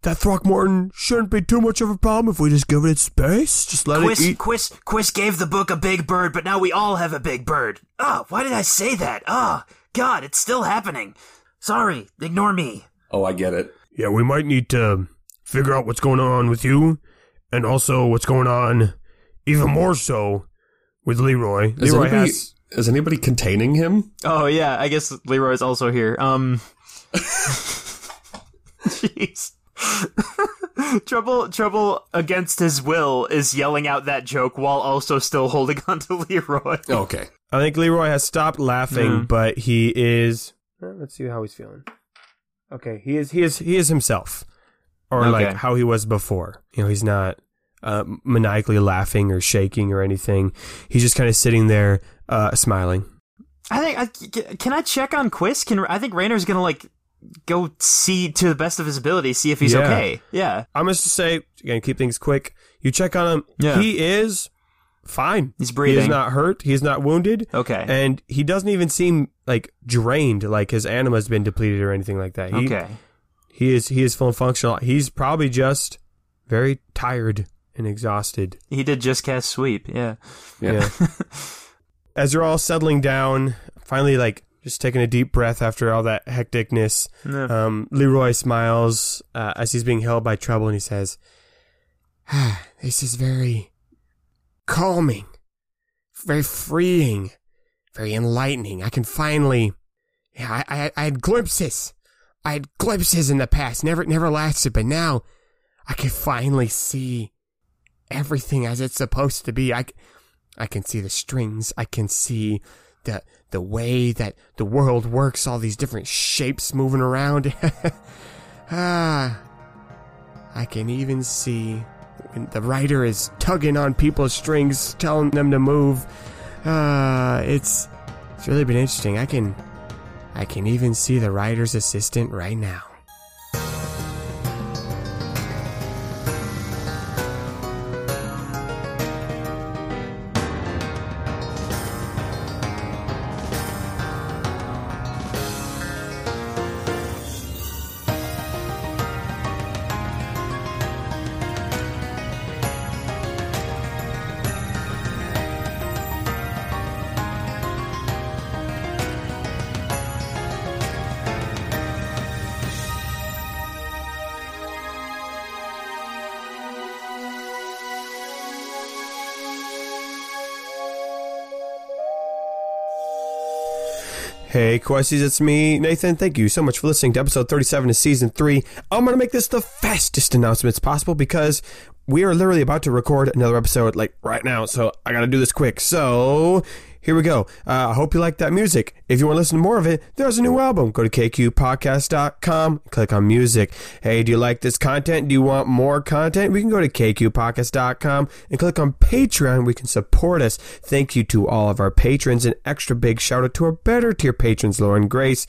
that Throckmorton shouldn't be too much of a problem if we just give it its space. Just let it
Quiz,
eat.
quiz, quiz gave the book a big bird, but now we all have a big bird. Ah, why did I say that? Ah, God, it's still happening. Sorry, ignore me.
oh, I get it.
Yeah, we might need to figure out what's going on with you, and also what's going on, even more so, with Leroy.
Is
Leroy
anybody,
has.
is anybody containing him?
Oh yeah, I guess Leroy's also here. Um, jeez. trouble, trouble against his will is yelling out that joke while also still holding on to Leroy.
Oh, Okay.
I think Leroy has stopped laughing,
Mm.
but he is. Uh, Let's see how he's feeling. Okay, he is. He is. He is himself, or
Okay.
like how he was before. You know, he's not uh, maniacally laughing or shaking or anything. He's just kind of sitting there, uh, smiling.
I think I, can I check on Quiz? Can I think Rayner's gonna like go see to the best of his ability, see if he's
Yeah.
okay. Yeah,
I'm just to say again, keep things quick. You check on him.
Yeah.
He is fine.
he's
He
breathing.
is not hurt. He's not wounded.
okay.
And he doesn't even seem like drained, like his anima's been depleted or anything like that. He,
okay.
He is he is full and functional. He's probably just very tired and exhausted.
He did just cast sweep. Yeah.
Yeah. As you're all settling down, finally like just taking a deep breath after all that hecticness,
No.
um, Leroy smiles uh, as he's being held by Trouble, and he says,
Ah, this is very calming, very freeing, very enlightening. I can finally. Yeah, I, I, I had glimpses. I had glimpses in the past, never, never lasted, but now I can finally see everything as it's supposed to be. I, c- I can see the strings. I can see the the way that the world works. All these different shapes moving around. ah, I can even see when the writer is tugging on people's strings, telling them to move. Uh, it's It's really been interesting. I can, I can even see the writer's assistant right now.
Hey, Questies, it's me, Nathan. Thank you so much for listening to episode 37 of season 3. I'm going to make this the fastest announcements possible because we are literally about to record another episode like right now, so I got to do this quick. So, here we go. Uh, I hope you like that music. If you want to listen to more of it, there's a new album. Go to kqpodcast.com, click on music. Hey, do you like this content? Do you want more content? We can go to kqpodcast.com and click on Patreon. We can support us. Thank you to all of our patrons. An extra big shout out to our better tier patrons, Lauren Grace,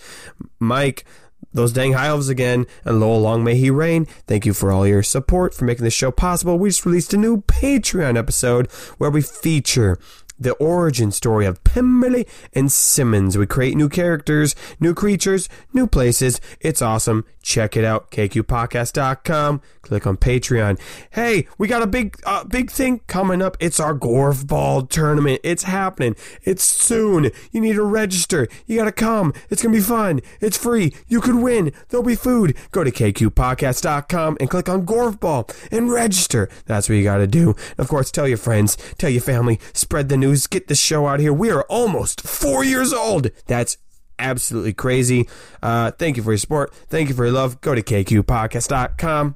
Mike, those dang high elves again, and Lowell Long May He Reign. Thank you for all your support for making this show possible. We just released a new Patreon episode where we feature the origin story of Pemberley and Simmons. We create new characters, new creatures, new places. It's awesome. Check it out. KQPodcast.com. Click on Patreon. Hey, we got a big, uh, big thing coming up. It's our Gorfball tournament. It's happening. It's soon. You need to register. You got to come. It's going to be fun. It's free. You could win. There'll be food. Go to KQPodcast.com and click on Gorfball and register. That's what you got to do. And of course, tell your friends, tell your family, spread the news, get the show out here. We are almost four years old. That's absolutely crazy. Uh, thank you for your support. Thank you for your love. Go to KQPodcast.com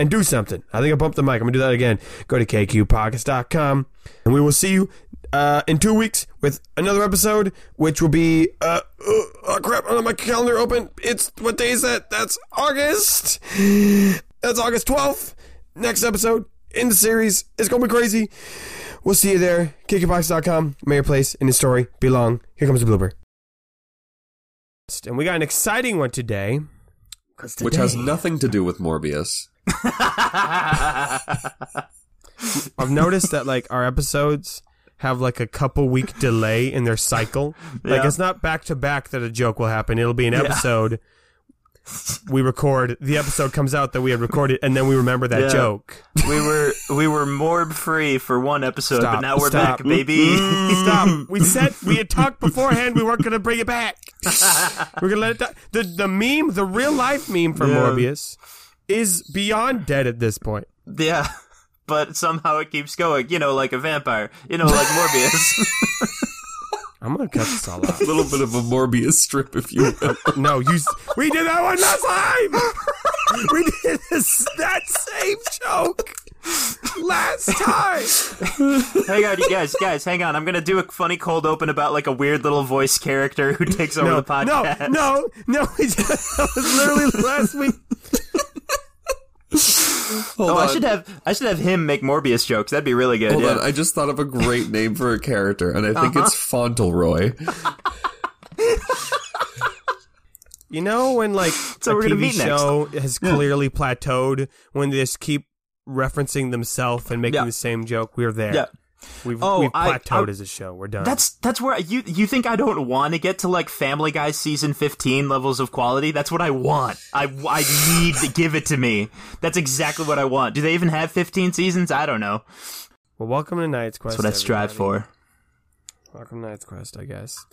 and do something. I think I bumped the mic. I'm going to do that again. Go to KQPodcast.com and we will see you uh, in two weeks with another episode, which will be. Uh, oh, oh, crap. I don't have my calendar open. It's. What day is that? That's August. That's August 12th. Next episode in the series. It's going to be crazy. We'll see you there. KickingBox.com. May your place in the story belong. Here comes the blooper. And we got an exciting one today.
Which has nothing to do with Morbius.
I've noticed that like our episodes have like a couple week delay in their cycle. Like
Yeah.
it's not back to back that a joke will happen. It'll be an episode. We record the episode comes out that we had recorded, and then we remember that
Yeah.
joke.
we were we were morb free for one episode,
Stop,
but now we're
stop.
back, baby.
Stop. We said we had talked beforehand. We weren't going to bring it back. We're going to let it die. The, the meme, the real life meme for
Yeah.
Morbius, is beyond dead at this point.
yeah. But somehow it keeps going, you know, like a vampire, you know, like Morbius.
I'm going to cut this all out.
A little bit of a Morbius strip, if you will.
No, you. s- We did that one last time. We did this, that same joke last time.
hang on, you guys, guys, hang on. I'm gonna do a funny cold open about like a weird little voice character who takes over
No,
the podcast.
no, no, no. We just, that was literally last week.
Hold
Oh,
on.
I should have I should have him make Morbius jokes. That'd be really good.
uh, Hold
yeah.
on. I just thought of a great name for a character, and I think it's Fauntleroy.
You know when like
So
a
we're gonna
TV
meet next.
show has clearly plateaued when they just keep referencing themselves and making
Yeah.
the same joke. We're there.
Yeah.
We've,
Oh,
we've
I-
plateaued
I-
as a show. We're done.
That's that's where you you think I don't want to get to like Family Guy season 15 levels of quality? That's what I want. I I need to give it to me. That's exactly what I want. Do they even have 15 seasons? I don't know.
well. Welcome to Night's Quest.
That's what I strive
everybody.
for.
Welcome to Night's Quest, I guess.